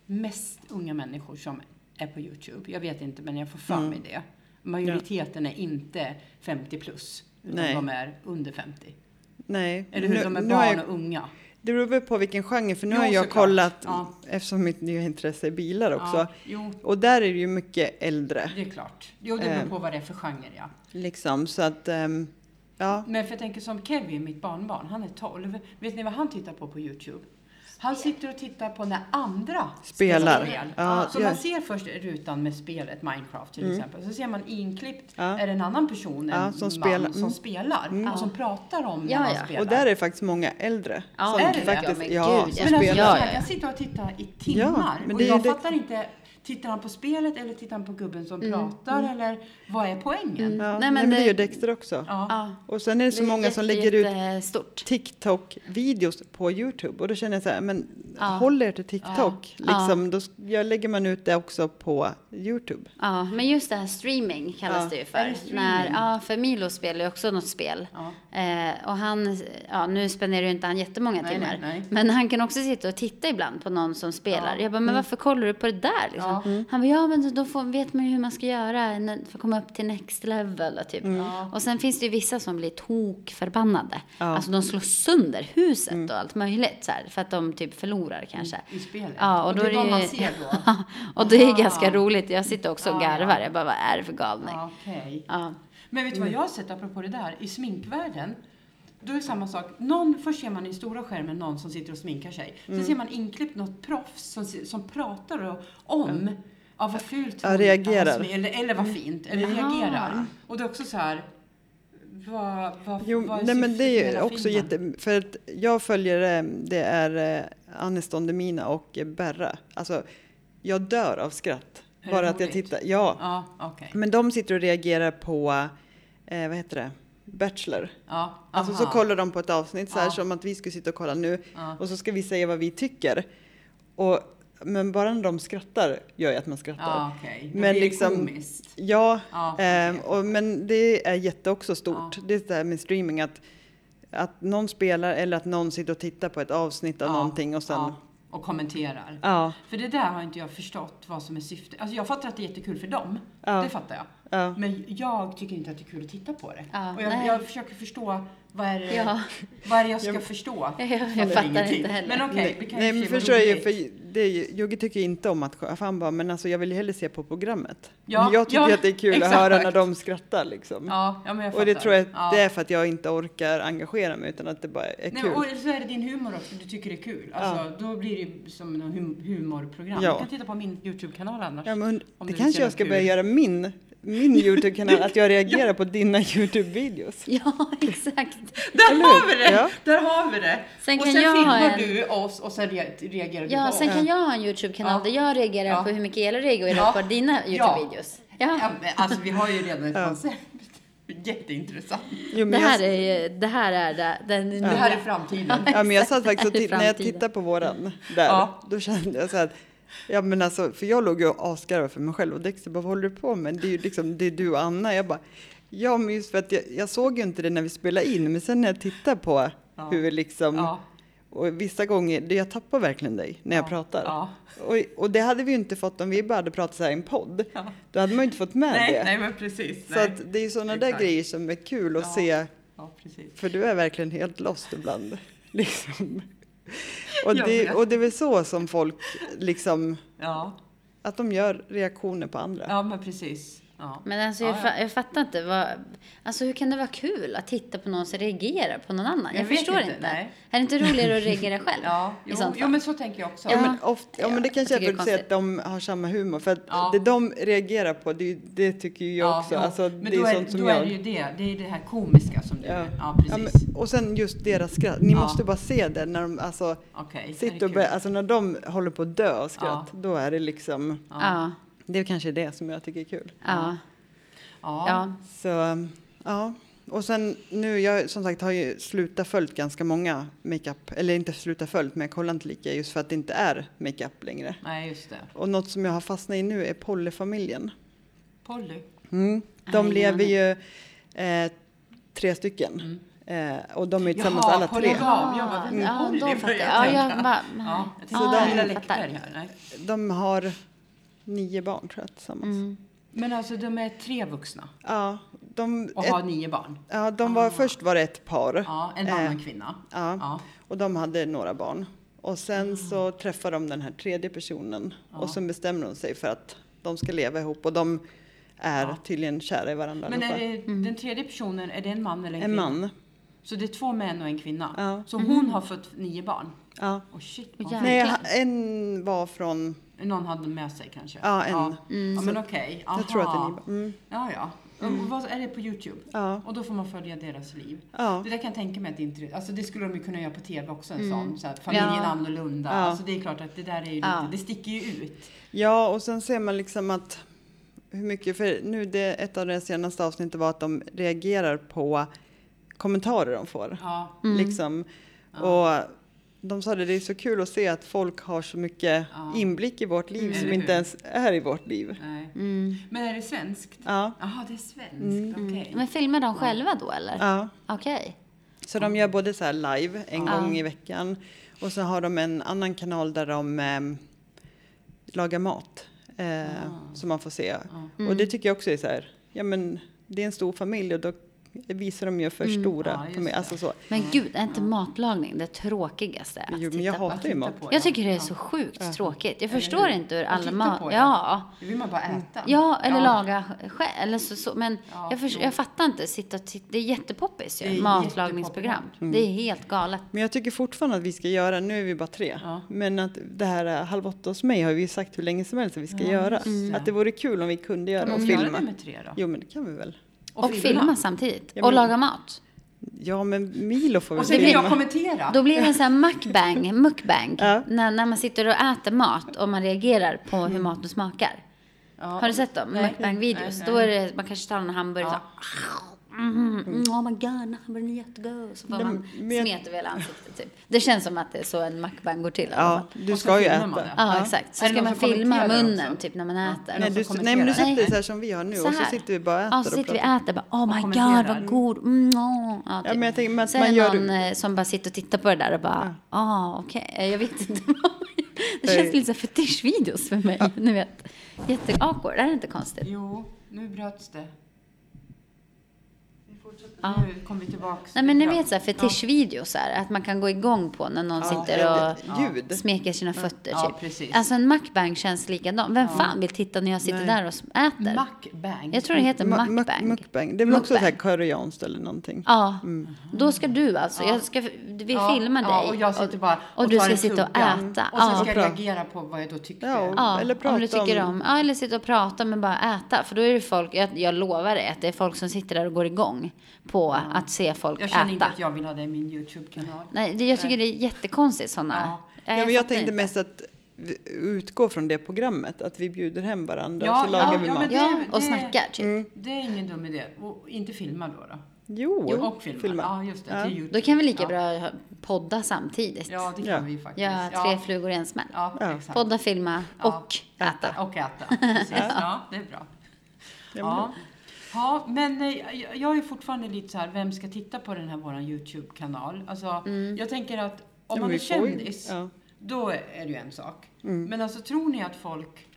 [SPEAKER 3] mest unga människor som är på Youtube. Jag vet inte, men jag får för
[SPEAKER 2] Mm.
[SPEAKER 3] mig det. Majoriteten är inte 50 plus, utan
[SPEAKER 2] Nej.
[SPEAKER 3] de är under 50.
[SPEAKER 2] Nej.
[SPEAKER 3] Eller hur?
[SPEAKER 2] nu-
[SPEAKER 3] de är
[SPEAKER 2] nu har
[SPEAKER 3] barn
[SPEAKER 2] jag-
[SPEAKER 3] och unga.
[SPEAKER 2] Det beror väl på vilken genre, för nu
[SPEAKER 3] Jo,
[SPEAKER 2] har jag
[SPEAKER 3] såklart.
[SPEAKER 2] kollat,
[SPEAKER 3] Ja.
[SPEAKER 2] eftersom mitt nya intresse är bilar också,
[SPEAKER 3] Ja, jo,
[SPEAKER 2] och där är det ju mycket äldre. Eh.
[SPEAKER 3] det är klart. Jo, det beror på vad det är för genre, ja.
[SPEAKER 2] Liksom, så att, ehm, Ja.
[SPEAKER 3] Men för jag tänker som Kevin, mitt barnbarn, han är 12. Vet ni vad han tittar på på YouTube? Han sitter och tittar på när andra
[SPEAKER 2] Spelar.
[SPEAKER 3] spel.
[SPEAKER 2] Ja,
[SPEAKER 3] så
[SPEAKER 2] ja. Mm.
[SPEAKER 3] man ser först rutan med spelet Minecraft till exempel. Så ser man inklippt
[SPEAKER 2] Ja.
[SPEAKER 3] är det en annan person, en
[SPEAKER 2] Ja, som
[SPEAKER 3] man
[SPEAKER 2] spelar.
[SPEAKER 3] som
[SPEAKER 2] Mm.
[SPEAKER 3] spelar och som pratar om
[SPEAKER 4] Ja,
[SPEAKER 3] när han
[SPEAKER 4] ja.
[SPEAKER 3] spelar.
[SPEAKER 2] Och där är det faktiskt många äldre.
[SPEAKER 4] Ja,
[SPEAKER 3] är det det?
[SPEAKER 4] Ja, men
[SPEAKER 2] ja,
[SPEAKER 4] gud,
[SPEAKER 2] som
[SPEAKER 3] men alltså,
[SPEAKER 2] spelar.
[SPEAKER 3] ja,
[SPEAKER 4] Ja, ja, ja.
[SPEAKER 3] Jag sitter och tittar i timmar
[SPEAKER 2] men
[SPEAKER 3] och
[SPEAKER 2] det är ju
[SPEAKER 3] jag
[SPEAKER 2] det-
[SPEAKER 3] fattar inte. Tittar han på spelet eller tittar han på gubben som
[SPEAKER 4] Mm,
[SPEAKER 3] pratar eller vad är poängen?
[SPEAKER 2] Ja, nej,
[SPEAKER 4] men
[SPEAKER 2] men det
[SPEAKER 4] det-
[SPEAKER 2] är ju Dexter också.
[SPEAKER 3] Ja.
[SPEAKER 4] Ja.
[SPEAKER 2] Och sen är det så
[SPEAKER 4] Det är
[SPEAKER 2] många som
[SPEAKER 4] jätte-
[SPEAKER 2] lägger ut
[SPEAKER 4] jättestort.
[SPEAKER 2] TikTok-videos på YouTube och då känner jag så här, men
[SPEAKER 4] Ja.
[SPEAKER 2] håll er till TikTok.
[SPEAKER 4] Ja.
[SPEAKER 2] Liksom, då s- ja, lägger man ut det också på YouTube.
[SPEAKER 4] Ja, men just det här streaming kallas
[SPEAKER 2] Ja.
[SPEAKER 4] det ju
[SPEAKER 3] Är
[SPEAKER 4] för.
[SPEAKER 3] det streaming?
[SPEAKER 4] När, ja, för Milo spelar ju också något spel.
[SPEAKER 3] Ja.
[SPEAKER 4] Eh, och han, ja, nu spenderar ju inte han jättemånga
[SPEAKER 3] Nej,
[SPEAKER 4] timmar.
[SPEAKER 3] nej, nej.
[SPEAKER 4] Men han kan också sitta och titta ibland på någon som spelar. Jag bara,
[SPEAKER 3] Mm.
[SPEAKER 4] men varför kollar du på det där? Liksom. Han bara, ja men då får, vet man ju hur man ska göra när- för att komma upp till next level. och Typ.
[SPEAKER 3] Mm.
[SPEAKER 4] Och sen finns det ju vissa som blir tokförbannade. Alltså de slår sönder huset
[SPEAKER 3] Mm.
[SPEAKER 4] och allt möjligt. Så här, för att de typ förlorar kanske.
[SPEAKER 3] I spelet.
[SPEAKER 4] Ja, och,
[SPEAKER 3] Och
[SPEAKER 4] då
[SPEAKER 3] det
[SPEAKER 4] är
[SPEAKER 3] är
[SPEAKER 4] det
[SPEAKER 3] de
[SPEAKER 4] ju...
[SPEAKER 3] man ser då?
[SPEAKER 4] Ja, och det är
[SPEAKER 3] Aha.
[SPEAKER 4] ganska roligt. Jag sitter också och
[SPEAKER 3] Ja,
[SPEAKER 4] garvar. Jag bara, vad är det för galning?
[SPEAKER 3] Ja, okej.
[SPEAKER 4] Ja.
[SPEAKER 3] Men vet du
[SPEAKER 2] Mm.
[SPEAKER 3] vad jag har sett apropå det där? I sminkvärlden, då är det samma sak. Någon, först ser man i stora skärmen någon som sitter och sminkar sig. Sen
[SPEAKER 2] Mm.
[SPEAKER 3] ser man inklippt något proffs som, si- som pratar och, om Ja, vad fult.
[SPEAKER 2] Ja,
[SPEAKER 3] hon-
[SPEAKER 2] reagerar. Mm.
[SPEAKER 3] han smink- Eller, eller vad fint. Eller
[SPEAKER 4] Aha.
[SPEAKER 3] reagerar. Och det är också så här. Vad, vad,
[SPEAKER 2] Jo,
[SPEAKER 3] vad
[SPEAKER 2] nej, men
[SPEAKER 3] syftet
[SPEAKER 2] det
[SPEAKER 3] med
[SPEAKER 2] är ju
[SPEAKER 3] hela
[SPEAKER 2] också
[SPEAKER 3] filmen?
[SPEAKER 2] jätte... För att jag följer, eh, det är eh, Aniston Demina och eh, Berra. Alltså, jag dör av skratt.
[SPEAKER 3] Är det
[SPEAKER 2] Bara att jag
[SPEAKER 3] roligt?
[SPEAKER 2] tittar. Ja.
[SPEAKER 3] Ja, okej.
[SPEAKER 2] Men de sitter och reagerar på, eh, vad heter det, Bachelor.
[SPEAKER 3] Ja,
[SPEAKER 2] Alltså
[SPEAKER 3] aha.
[SPEAKER 2] så kollar de på ett avsnitt så här
[SPEAKER 3] Ja.
[SPEAKER 2] som att vi skulle sitta och kolla nu
[SPEAKER 3] Ja.
[SPEAKER 2] och så ska vi säga vad vi tycker. Och, men bara när de skrattar gör ju att man skrattar.
[SPEAKER 3] Ja, okej. Då
[SPEAKER 2] Men
[SPEAKER 3] blir det
[SPEAKER 2] liksom-
[SPEAKER 3] komiskt.
[SPEAKER 2] Ja,
[SPEAKER 3] Ja,
[SPEAKER 2] ehm,
[SPEAKER 3] okej.
[SPEAKER 2] och, men det är jätte också stort. Det är det här med streaming att, att någon spelar eller att någon sitter och tittar på ett avsnitt av
[SPEAKER 3] Ja,
[SPEAKER 2] någonting och sen
[SPEAKER 3] ja, och kommenterar.
[SPEAKER 2] Ja.
[SPEAKER 3] För det där har inte jag förstått vad som är syftet. Alltså jag fattar att det är jättekul för dem.
[SPEAKER 2] Ja.
[SPEAKER 3] Det fattar jag.
[SPEAKER 2] Ja.
[SPEAKER 3] Men jag tycker inte att det är kul att titta på det.
[SPEAKER 4] Ja,
[SPEAKER 3] och jag,
[SPEAKER 4] nej.
[SPEAKER 3] jag försöker förstå vad är det,
[SPEAKER 4] Ja.
[SPEAKER 3] vad är det jag ska förstå.
[SPEAKER 4] Jag, jag,
[SPEAKER 3] Eller
[SPEAKER 4] fattar
[SPEAKER 3] ingenting.
[SPEAKER 4] inte heller.
[SPEAKER 3] Men okej, vi
[SPEAKER 2] nej,
[SPEAKER 3] kan
[SPEAKER 2] nej, men
[SPEAKER 3] ju skriva
[SPEAKER 2] förstår jag ju,
[SPEAKER 3] roligt.
[SPEAKER 2] för det är ju, Jogge tycker ju inte om att sk- för han bara, men alltså jag vill ju hellre se på programmet.
[SPEAKER 3] Ja,
[SPEAKER 2] Men jag tycker
[SPEAKER 3] ja,
[SPEAKER 2] att det är kul
[SPEAKER 3] exakt.
[SPEAKER 2] att höra när de skrattar liksom.
[SPEAKER 3] Ja, ja, men jag
[SPEAKER 2] och det
[SPEAKER 3] fattar.
[SPEAKER 2] tror jag
[SPEAKER 3] ja.
[SPEAKER 2] det är för att jag inte orkar engagera mig utan att det bara är
[SPEAKER 3] Nej,
[SPEAKER 2] kul.
[SPEAKER 3] men och så är det din humor också, du tycker det är kul. Alltså, Då blir det ju som något hum- humorprogram.
[SPEAKER 2] Ja.
[SPEAKER 3] Du kan titta på min YouTube-kanal annars.
[SPEAKER 2] Ja, men
[SPEAKER 3] om
[SPEAKER 2] det
[SPEAKER 3] du
[SPEAKER 2] kanske
[SPEAKER 3] ser
[SPEAKER 2] jag
[SPEAKER 3] något
[SPEAKER 2] ska
[SPEAKER 3] kul.
[SPEAKER 2] börja göra min, min Youtube-kanal, att jag reagerar på dina Youtube-videos.
[SPEAKER 4] Ja, exakt.
[SPEAKER 3] Där
[SPEAKER 2] Eller
[SPEAKER 3] har
[SPEAKER 2] hur?
[SPEAKER 3] vi det!
[SPEAKER 2] Ja.
[SPEAKER 3] Där har vi det!
[SPEAKER 4] Sen
[SPEAKER 3] och
[SPEAKER 4] kan
[SPEAKER 3] sen
[SPEAKER 4] jag ha
[SPEAKER 3] filmar
[SPEAKER 4] en-
[SPEAKER 3] du oss och sen re- reagerar du
[SPEAKER 4] Ja,
[SPEAKER 3] på
[SPEAKER 4] sen
[SPEAKER 3] oss.
[SPEAKER 4] kan jag ha en YouTube-kanal
[SPEAKER 3] Ja.
[SPEAKER 4] där jag reagerar
[SPEAKER 3] Ja.
[SPEAKER 4] på hur mycket jag reagerar
[SPEAKER 3] Ja.
[SPEAKER 4] på dina
[SPEAKER 3] Ja.
[SPEAKER 4] YouTube-videos. Ja.
[SPEAKER 3] Ja, men alltså vi har ju redan ett koncept. Jätteintressant.
[SPEAKER 2] Jo, men
[SPEAKER 4] Det här
[SPEAKER 2] jag,
[SPEAKER 4] är ju, det här är det, den
[SPEAKER 3] Det här är framtiden.
[SPEAKER 2] ja, men jag satt faktiskt och
[SPEAKER 4] Det här är
[SPEAKER 2] titt, när jag
[SPEAKER 4] framtiden.
[SPEAKER 2] tittade på våran där,
[SPEAKER 3] Ja.
[SPEAKER 2] då kände jag så här att Ja men alltså, för jag låg ju och asgarvade för mig själv och Dexter bara, vad håller du på med? Det är ju liksom, det är du och Anna. Jag bara, ja men just för att jag, jag såg ju inte det när vi spelade in, men sen när jag tittar på
[SPEAKER 3] Ja.
[SPEAKER 2] hur liksom,
[SPEAKER 3] Ja.
[SPEAKER 2] och vissa gånger, det- jag tappar verkligen dig när jag pratar.
[SPEAKER 3] Ja.
[SPEAKER 2] Och, och det hade vi ju inte fått om vi bara hade pratat så här i en podd.
[SPEAKER 3] Ja.
[SPEAKER 2] Då hade man ju inte fått med
[SPEAKER 3] Nej,
[SPEAKER 2] det.
[SPEAKER 3] nej men precis.
[SPEAKER 2] Så
[SPEAKER 3] nej.
[SPEAKER 2] att det är sådana där
[SPEAKER 3] Exakt.
[SPEAKER 2] grejer som är kul att
[SPEAKER 3] Ja.
[SPEAKER 2] se.
[SPEAKER 3] Ja, precis.
[SPEAKER 2] För du är verkligen helt lost ibland. Liksom. Och,
[SPEAKER 3] Jag
[SPEAKER 2] det,
[SPEAKER 3] vet.
[SPEAKER 2] och det är väl så som folk liksom,
[SPEAKER 3] Ja,
[SPEAKER 2] att de gör reaktioner på andra.
[SPEAKER 3] ja men precis. Ja.
[SPEAKER 4] Men alltså, jag,
[SPEAKER 3] Ja, ja.
[SPEAKER 4] fa- jag fattar inte. Vad, alltså, hur kan det vara kul att titta på någon som reagerar på någon annan?
[SPEAKER 3] Jag
[SPEAKER 4] Jag,
[SPEAKER 3] vet
[SPEAKER 4] förstår
[SPEAKER 3] inte,
[SPEAKER 4] inte.
[SPEAKER 3] nej.
[SPEAKER 4] Är det inte roligare att reagera själv?
[SPEAKER 3] Ja,
[SPEAKER 4] I
[SPEAKER 3] jo,
[SPEAKER 4] sånt
[SPEAKER 3] jo
[SPEAKER 4] fall.
[SPEAKER 3] men så tänker jag också.
[SPEAKER 2] Ja, men,
[SPEAKER 4] Ja.
[SPEAKER 2] ofta, ja, men det
[SPEAKER 4] Ja,
[SPEAKER 2] kanske
[SPEAKER 4] jag
[SPEAKER 2] är
[SPEAKER 4] tycker
[SPEAKER 2] för
[SPEAKER 4] det är
[SPEAKER 2] att säga
[SPEAKER 4] konstigt.
[SPEAKER 2] att de har samma humor. För att
[SPEAKER 3] Ja.
[SPEAKER 2] det de reagerar på, det, är ju- det tycker ju jag
[SPEAKER 3] Ja,
[SPEAKER 2] också.
[SPEAKER 3] jo.
[SPEAKER 2] Alltså,
[SPEAKER 3] men
[SPEAKER 2] det
[SPEAKER 3] då
[SPEAKER 2] är
[SPEAKER 3] är,
[SPEAKER 2] sånt som
[SPEAKER 3] då
[SPEAKER 2] jag...
[SPEAKER 3] är det ju det. Det är det här komiska som du... Ja, precis.
[SPEAKER 2] Ja, men, och sen just deras skratt. Ni
[SPEAKER 3] Ja.
[SPEAKER 2] måste bara se det när de, alltså,
[SPEAKER 3] Okej.
[SPEAKER 2] sitter
[SPEAKER 3] det är
[SPEAKER 2] och börjar,
[SPEAKER 3] kul.
[SPEAKER 2] alltså när de håller på att dö av skratt, då är det liksom,
[SPEAKER 4] Ja.
[SPEAKER 2] det är kanske det som jag tycker är kul.
[SPEAKER 4] Ja.
[SPEAKER 3] Ja.
[SPEAKER 4] ja.
[SPEAKER 2] Så ja, och sen nu, jag som sagt har ju slutat följt ganska många makeup, eller inte slutat följt, men jag kollar inte lika just för att det inte är makeup längre.
[SPEAKER 3] Nej, just det.
[SPEAKER 2] Och något som jag har fastnat i nu är Polly-familjen.
[SPEAKER 3] Polly.
[SPEAKER 2] Mm. De
[SPEAKER 4] Aj,
[SPEAKER 2] lever
[SPEAKER 4] men-
[SPEAKER 2] ju eh, tre stycken. Eh, och de är tillsammans alla tre.
[SPEAKER 3] polygam. Jag bara, vem är
[SPEAKER 4] Ja,
[SPEAKER 3] Polly?
[SPEAKER 4] då
[SPEAKER 3] började
[SPEAKER 4] fattar jag.
[SPEAKER 3] tänka.
[SPEAKER 4] Ja, jag bara, nej.
[SPEAKER 3] Ja, jag tänkte
[SPEAKER 4] Ja,
[SPEAKER 3] ah,
[SPEAKER 4] jag
[SPEAKER 3] lilla
[SPEAKER 4] fattar.
[SPEAKER 3] läktare här. Nej.
[SPEAKER 2] De har nio barn tror jag tillsammans.
[SPEAKER 3] Men alltså de är tre vuxna
[SPEAKER 2] Ja, de,
[SPEAKER 3] och
[SPEAKER 2] ett,
[SPEAKER 3] har nio barn.
[SPEAKER 2] ja, de var, först var det ett par.
[SPEAKER 3] Ja, en
[SPEAKER 2] Eh,
[SPEAKER 3] annan kvinna.
[SPEAKER 2] Ja,
[SPEAKER 3] Ja.
[SPEAKER 2] och de hade några barn. Och
[SPEAKER 3] Mm.
[SPEAKER 2] sen så träffar de den här tredje personen och sen bestämmer de sig för att de ska leva ihop och de är
[SPEAKER 3] Ja.
[SPEAKER 2] tydligen kära i varandra. i
[SPEAKER 3] Men
[SPEAKER 2] alla
[SPEAKER 3] är
[SPEAKER 2] fall.
[SPEAKER 3] det, den tredje personen, är det en man eller en,
[SPEAKER 2] Mm. En
[SPEAKER 3] kvinna?
[SPEAKER 2] man.
[SPEAKER 3] Så det är två män och en kvinna.
[SPEAKER 2] Ja. Mm.
[SPEAKER 3] Så hon har fött nio barn.
[SPEAKER 2] Ja.
[SPEAKER 3] Oh shit,
[SPEAKER 4] Åh,
[SPEAKER 3] vad
[SPEAKER 4] jävlar.
[SPEAKER 2] Nej,
[SPEAKER 4] Verkligen.
[SPEAKER 2] ha- en var från...
[SPEAKER 3] Någon hade med sig kanske?
[SPEAKER 2] Ja, en. Mm.
[SPEAKER 3] Ja, ja men okej. Okay.
[SPEAKER 2] Jag tror att den är... Mm,
[SPEAKER 3] Ja, ja. Och vad är det på Youtube?
[SPEAKER 2] ja.
[SPEAKER 3] Och då får man följa deras liv.
[SPEAKER 2] Ja. Mm.
[SPEAKER 3] Det där kan jag tänka mig att det inte... Alltså det skulle de ju kunna göra på TV också, en sån. Så här, familjen
[SPEAKER 4] Ja.
[SPEAKER 3] annorlunda.
[SPEAKER 2] Ja.
[SPEAKER 3] Alltså det är klart att det där är ju lite...
[SPEAKER 4] Ja.
[SPEAKER 3] Det sticker ju ut.
[SPEAKER 2] ja, och sen ser man liksom att... Hur mycket... För nu, det, ett av de senaste avsnitten var att de reagerar på kommentarer de får.
[SPEAKER 3] Ja.
[SPEAKER 2] Liksom. Och de sa det, det är så kul att se att folk har så mycket
[SPEAKER 3] Ja.
[SPEAKER 2] inblick i vårt liv
[SPEAKER 3] Mm.
[SPEAKER 2] som
[SPEAKER 3] Eller
[SPEAKER 2] inte
[SPEAKER 3] hur?
[SPEAKER 2] ens är i vårt liv.
[SPEAKER 3] Nej.
[SPEAKER 4] Mm.
[SPEAKER 3] Men är det svenskt?
[SPEAKER 2] Ja,
[SPEAKER 3] Jaha, det är svenskt.
[SPEAKER 2] Mm.
[SPEAKER 3] Okej.
[SPEAKER 4] Men filmar de själva då eller?
[SPEAKER 2] ja.
[SPEAKER 4] Okej.
[SPEAKER 2] Så de gör både så här live en gång i veckan och så har de en annan kanal där de ehm, lagar mat eh, som man får se. Och
[SPEAKER 3] Mm.
[SPEAKER 2] det tycker jag också är så här, ja men det är en stor familj och då visar de ju för stora.
[SPEAKER 3] Mm. Ja, just
[SPEAKER 2] familjer.
[SPEAKER 3] det.
[SPEAKER 2] alltså så.
[SPEAKER 4] Men gud, är inte matlagning det tråkigaste att
[SPEAKER 2] Jo, men
[SPEAKER 4] titta
[SPEAKER 2] jag
[SPEAKER 4] på?
[SPEAKER 2] hatar ju mat.
[SPEAKER 4] Jag tycker det är så sjukt tråkigt. Jag förstår
[SPEAKER 3] hur?
[SPEAKER 4] inte hur
[SPEAKER 3] Och
[SPEAKER 4] alla
[SPEAKER 3] titta
[SPEAKER 4] mat...
[SPEAKER 3] på det.
[SPEAKER 4] Ja.
[SPEAKER 3] Då vill man bara äta.
[SPEAKER 4] Ja, eller laga själv. Eller så, så. Men
[SPEAKER 3] Ja,
[SPEAKER 4] jag, förs-
[SPEAKER 3] jo.
[SPEAKER 4] jag fattar inte. Sitta och titta. Det är jättepoppis
[SPEAKER 3] Det
[SPEAKER 4] ju.
[SPEAKER 3] är
[SPEAKER 4] Matlagningsprogram. Det är helt galet.
[SPEAKER 2] Men jag tycker fortfarande att vi ska göra, nu är vi bara tre,
[SPEAKER 3] Ja.
[SPEAKER 2] men att det här eh, Halv åtta hos mig har vi ju sagt hur länge som helst att vi ska
[SPEAKER 3] Ja,
[SPEAKER 2] göra.
[SPEAKER 3] just det.
[SPEAKER 2] Att det vore kul om vi kunde göra
[SPEAKER 3] Kan
[SPEAKER 2] och
[SPEAKER 3] man göra
[SPEAKER 2] filma.
[SPEAKER 3] det med tre då?
[SPEAKER 2] Jo men det kan vi väl.
[SPEAKER 4] Och filma samtidigt.
[SPEAKER 2] Ja,
[SPEAKER 4] Och
[SPEAKER 2] men-
[SPEAKER 4] laga mat.
[SPEAKER 2] Ja men Milo får vi
[SPEAKER 3] Och sen vill
[SPEAKER 2] filma.
[SPEAKER 3] jag kommentera.
[SPEAKER 4] Då blir det en sån här mukbang. mukbang
[SPEAKER 2] Ja.
[SPEAKER 4] när, när man sitter och äter mat och man reagerar på hur maten smakar.
[SPEAKER 3] Mm. Ja.
[SPEAKER 4] Har du sett dem?
[SPEAKER 3] Nej.
[SPEAKER 4] Mukbang-videos.
[SPEAKER 3] Nej,
[SPEAKER 4] Då är det, man kanske tar en hamburgare
[SPEAKER 3] Ja.
[SPEAKER 4] så mm, mm, oh my god, hamburgaren är jättegod. Så får
[SPEAKER 2] Nej,
[SPEAKER 4] man
[SPEAKER 2] men jag-
[SPEAKER 4] smet över hela ansiktet typ. Det känns som att det är så en mukbang går till i alla fall.
[SPEAKER 2] Ja, du
[SPEAKER 3] Och
[SPEAKER 2] ska
[SPEAKER 3] sen
[SPEAKER 2] ju
[SPEAKER 3] filmar man
[SPEAKER 2] äta.
[SPEAKER 3] det.
[SPEAKER 4] Ja, exakt. Så
[SPEAKER 3] Är det
[SPEAKER 4] ska
[SPEAKER 3] någon
[SPEAKER 4] man
[SPEAKER 3] som
[SPEAKER 4] filma
[SPEAKER 3] kommenterar
[SPEAKER 4] munnen
[SPEAKER 3] också?
[SPEAKER 4] typ när man äter.
[SPEAKER 3] Är det
[SPEAKER 2] Nej,
[SPEAKER 3] någon
[SPEAKER 2] du,
[SPEAKER 3] som
[SPEAKER 2] nej men du
[SPEAKER 3] kommenterar?
[SPEAKER 2] sitter
[SPEAKER 4] Nej.
[SPEAKER 2] så här som vi har nu
[SPEAKER 4] Så
[SPEAKER 2] och så
[SPEAKER 4] här.
[SPEAKER 2] sitter vi bara och äter
[SPEAKER 4] Ja, så
[SPEAKER 2] och
[SPEAKER 4] sitter vi och
[SPEAKER 2] pratar.
[SPEAKER 4] äter bara oh my
[SPEAKER 3] kommenterar.
[SPEAKER 4] god vad god. Mm, åh. ja, typ.
[SPEAKER 2] men jag tänker, men att
[SPEAKER 4] Sen
[SPEAKER 2] man
[SPEAKER 4] är
[SPEAKER 2] gör
[SPEAKER 4] någon
[SPEAKER 2] det-
[SPEAKER 4] eh, som bara sitter och tittar på det där och bara ja ah, okej jag vet inte vad man gör. Det
[SPEAKER 2] Nej.
[SPEAKER 4] känns lite som fetischvideos för mig. Ni vet. Jätteawkward, är det inte konstigt?
[SPEAKER 3] Jo, nu bröts det.
[SPEAKER 4] Ja.
[SPEAKER 3] Nu kom vi tillbaks.
[SPEAKER 4] Nej men ni
[SPEAKER 3] Det
[SPEAKER 4] vet
[SPEAKER 3] bröts.
[SPEAKER 4] såhär fetischvideos så här, att man kan gå igång på när någon sitter och
[SPEAKER 2] Ljud.
[SPEAKER 4] smeker sina fötter
[SPEAKER 3] Ja,
[SPEAKER 4] typ.
[SPEAKER 3] precis.
[SPEAKER 4] Alltså en mukbang känns likadan. Vem fan vill titta när jag sitter där och sm- äter?
[SPEAKER 3] Mukbang.
[SPEAKER 4] jag tror det heter
[SPEAKER 2] Mu- mu-
[SPEAKER 4] mukbang.
[SPEAKER 2] Mukbang. Det är väl också så här
[SPEAKER 4] Mukbang.
[SPEAKER 2] koreanskt eller någonting.
[SPEAKER 4] Ja,
[SPEAKER 2] Mm.
[SPEAKER 4] då ska du alltså, jag ska, vi
[SPEAKER 3] Ja,
[SPEAKER 4] filmar dig.
[SPEAKER 3] ja, och jag sitter bara
[SPEAKER 4] och,
[SPEAKER 3] och
[SPEAKER 4] du
[SPEAKER 3] tar
[SPEAKER 4] ska
[SPEAKER 3] en
[SPEAKER 4] sitta och
[SPEAKER 3] tugga.
[SPEAKER 4] äta.
[SPEAKER 3] Och sen
[SPEAKER 4] ja.
[SPEAKER 3] ska jag
[SPEAKER 2] bra.
[SPEAKER 3] reagera på vad jag då tyckte.
[SPEAKER 2] Ja, och-
[SPEAKER 4] Ja,
[SPEAKER 2] eller
[SPEAKER 4] om du
[SPEAKER 2] prata om-
[SPEAKER 4] tycker om, ja, eller sitta och prata men bara äta. För då är det folk, jag, jag lovar dig att det är folk som sitter där och går igång på att se folk
[SPEAKER 3] Jag känner
[SPEAKER 4] äta.
[SPEAKER 3] inte att jag vill ha det i min YouTube-kanal.
[SPEAKER 4] Nej, det, jag tycker det är jättekonstigt sådana.
[SPEAKER 3] Ja.
[SPEAKER 2] Ja, men
[SPEAKER 4] fattar
[SPEAKER 2] jag tänkte
[SPEAKER 4] inte.
[SPEAKER 2] mest att vi- utgå från det programmet, att vi bjuder hem varandra
[SPEAKER 3] Ja,
[SPEAKER 2] och så lagar
[SPEAKER 3] ja,
[SPEAKER 2] vi
[SPEAKER 3] ja,
[SPEAKER 2] mat.
[SPEAKER 3] men-
[SPEAKER 4] Ja,
[SPEAKER 3] Det-
[SPEAKER 4] och
[SPEAKER 3] det-
[SPEAKER 4] snackar typ.
[SPEAKER 3] Det är ingen dum idé. Och inte filma då. då.
[SPEAKER 2] Jo,
[SPEAKER 3] och filma. Ja, just det. Till YouTube.
[SPEAKER 4] Då kan vi lika bra ha- podda samtidigt.
[SPEAKER 3] Ja, det kan
[SPEAKER 2] Ja.
[SPEAKER 3] vi faktiskt.
[SPEAKER 4] Göra tre
[SPEAKER 3] ja.
[SPEAKER 4] flugor i en smäll.
[SPEAKER 3] ja,
[SPEAKER 2] Ja.
[SPEAKER 3] exakt.
[SPEAKER 4] Podda, filma
[SPEAKER 3] Ja.
[SPEAKER 4] och äta.
[SPEAKER 3] Och äta. Precis. Ja, det är bra. Ja. Ja, men eh, jag- jag är fortfarande lite så här, vem ska titta på den här våran YouTube-kanal? Alltså, jag tänker att om
[SPEAKER 2] Mm. Ja,
[SPEAKER 3] man
[SPEAKER 2] vi
[SPEAKER 3] är
[SPEAKER 2] får ju-
[SPEAKER 3] kändis,
[SPEAKER 2] Ja. Mm.
[SPEAKER 3] då är det ju en sak. Men alltså, tror ni att folk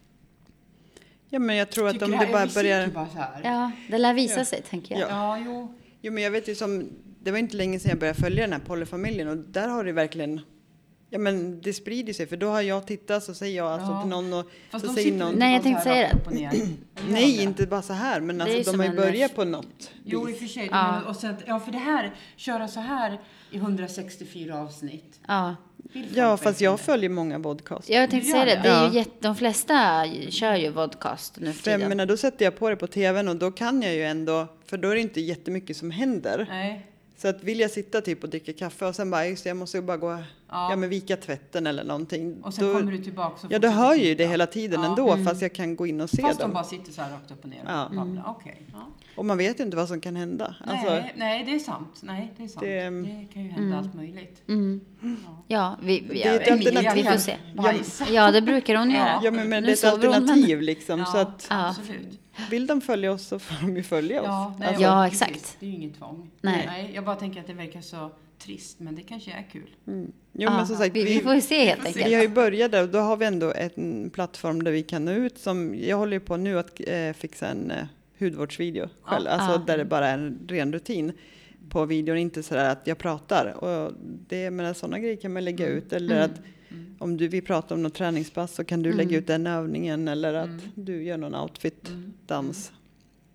[SPEAKER 2] ja, men jag tror att
[SPEAKER 3] tycker
[SPEAKER 2] om
[SPEAKER 3] det
[SPEAKER 2] du
[SPEAKER 3] här är
[SPEAKER 2] bara
[SPEAKER 3] musik
[SPEAKER 2] börjar...
[SPEAKER 3] är bara så här? Ja,
[SPEAKER 4] Ja, det lär visa sig tänker jag.
[SPEAKER 2] Ja.
[SPEAKER 3] jo.
[SPEAKER 2] Jo, men jag vet ju som, det var inte länge sedan jag började följa den här Pollyfamiljen och där har det verkligen, ja men det sprider sig för då har jag tittat så säger jag alltså
[SPEAKER 3] Ja.
[SPEAKER 2] till någon och
[SPEAKER 3] Fast
[SPEAKER 2] så
[SPEAKER 3] de
[SPEAKER 2] säger
[SPEAKER 3] sitter
[SPEAKER 2] någon,
[SPEAKER 3] inte
[SPEAKER 4] Nej, jag
[SPEAKER 3] bara
[SPEAKER 4] tänkte
[SPEAKER 3] så här
[SPEAKER 4] säga
[SPEAKER 3] rakt upp och ner. Gör
[SPEAKER 2] nej
[SPEAKER 3] de det?
[SPEAKER 2] inte bara så här men
[SPEAKER 4] ju
[SPEAKER 2] alltså de
[SPEAKER 4] som
[SPEAKER 2] har ju
[SPEAKER 4] en-
[SPEAKER 2] börjat på något
[SPEAKER 3] Jo, i och
[SPEAKER 2] vis.
[SPEAKER 3] för sig.
[SPEAKER 4] Ja.
[SPEAKER 3] Men, och sen, ja, för det här, köra så här i 164 avsnitt.
[SPEAKER 4] Ja.
[SPEAKER 3] Vill folk
[SPEAKER 2] Ja, fast
[SPEAKER 3] verkligen
[SPEAKER 2] jag
[SPEAKER 3] det?
[SPEAKER 2] följer många podcasts.
[SPEAKER 4] Jag tänkte säga
[SPEAKER 3] Gör
[SPEAKER 4] det,
[SPEAKER 2] det.
[SPEAKER 4] det är ju
[SPEAKER 2] Ja.
[SPEAKER 4] jätte, de flesta kör ju vodcast nu för
[SPEAKER 2] För jag
[SPEAKER 4] tiden.
[SPEAKER 2] menar, då sätter jag på det på tvn och då kan jag ju ändå, för då är det inte jättemycket som händer.
[SPEAKER 3] Nej.
[SPEAKER 2] Så att vill jag sitta typ och dricka kaffe och sen bara, just det, jag måste ju bara gå, ja.
[SPEAKER 3] Ja.
[SPEAKER 2] men vika tvätten eller någonting.
[SPEAKER 3] Och sen
[SPEAKER 2] då,
[SPEAKER 3] kommer du tillbaka.
[SPEAKER 2] ja, då hör ju det hela tiden
[SPEAKER 3] Ja. Mm.
[SPEAKER 2] ändå, fast jag kan gå in och se
[SPEAKER 3] Fast de
[SPEAKER 2] dem.
[SPEAKER 3] bara sitter så här rakt upp och ner.
[SPEAKER 2] Ja.
[SPEAKER 3] och
[SPEAKER 4] Mm.
[SPEAKER 3] babblar. Okej. Ja.
[SPEAKER 2] Och man vet ju inte vad som kan hända. Alltså,
[SPEAKER 3] nej, nej, det är sant. Nej, det är sant.
[SPEAKER 2] Det- mm.
[SPEAKER 3] Det, kan ju hända allt möjligt.
[SPEAKER 4] Mm. Ja, vi, vi,
[SPEAKER 2] Det är ett
[SPEAKER 4] vi,
[SPEAKER 2] alternativ.
[SPEAKER 4] vi får se.
[SPEAKER 3] Bajs.
[SPEAKER 4] Ja, det brukar hon
[SPEAKER 3] Ja.
[SPEAKER 4] göra.
[SPEAKER 2] ja, men, men
[SPEAKER 4] Nu
[SPEAKER 2] det är ett
[SPEAKER 4] sover hon,
[SPEAKER 2] alternativ liksom. Så
[SPEAKER 3] Ja,
[SPEAKER 2] att
[SPEAKER 4] Ja.
[SPEAKER 3] Absolut.
[SPEAKER 2] vill de följa oss så får de ju följa oss.
[SPEAKER 3] nej,
[SPEAKER 2] alltså,
[SPEAKER 4] Ja,
[SPEAKER 3] precis.
[SPEAKER 4] exakt.
[SPEAKER 3] Det är ju inget tvång.
[SPEAKER 4] Nej.
[SPEAKER 3] Jag bara tänker att det verkar så trist, men det kanske är kul.
[SPEAKER 2] jo,
[SPEAKER 4] Ja,
[SPEAKER 2] men som sagt,
[SPEAKER 4] vi, vi får ju se helt
[SPEAKER 2] Alltså, Vi har
[SPEAKER 4] enkelt.
[SPEAKER 2] ju börjat där och då har vi ändå en plattform där vi kan nå ut. Som, jag håller ju på nu att eh, fixa en eh, hudvårdsvideo själv, alltså
[SPEAKER 4] Ja. Mm.
[SPEAKER 2] där det bara är en ren rutin på videon, inte sådär att jag pratar. Och det, men sådana grejer kan man lägga
[SPEAKER 4] Mm.
[SPEAKER 2] ut. Eller att om du vill prata
[SPEAKER 4] Mm.
[SPEAKER 2] om något träningspass så kan du lägga ut den övningen eller att du gör någon outfit, dans.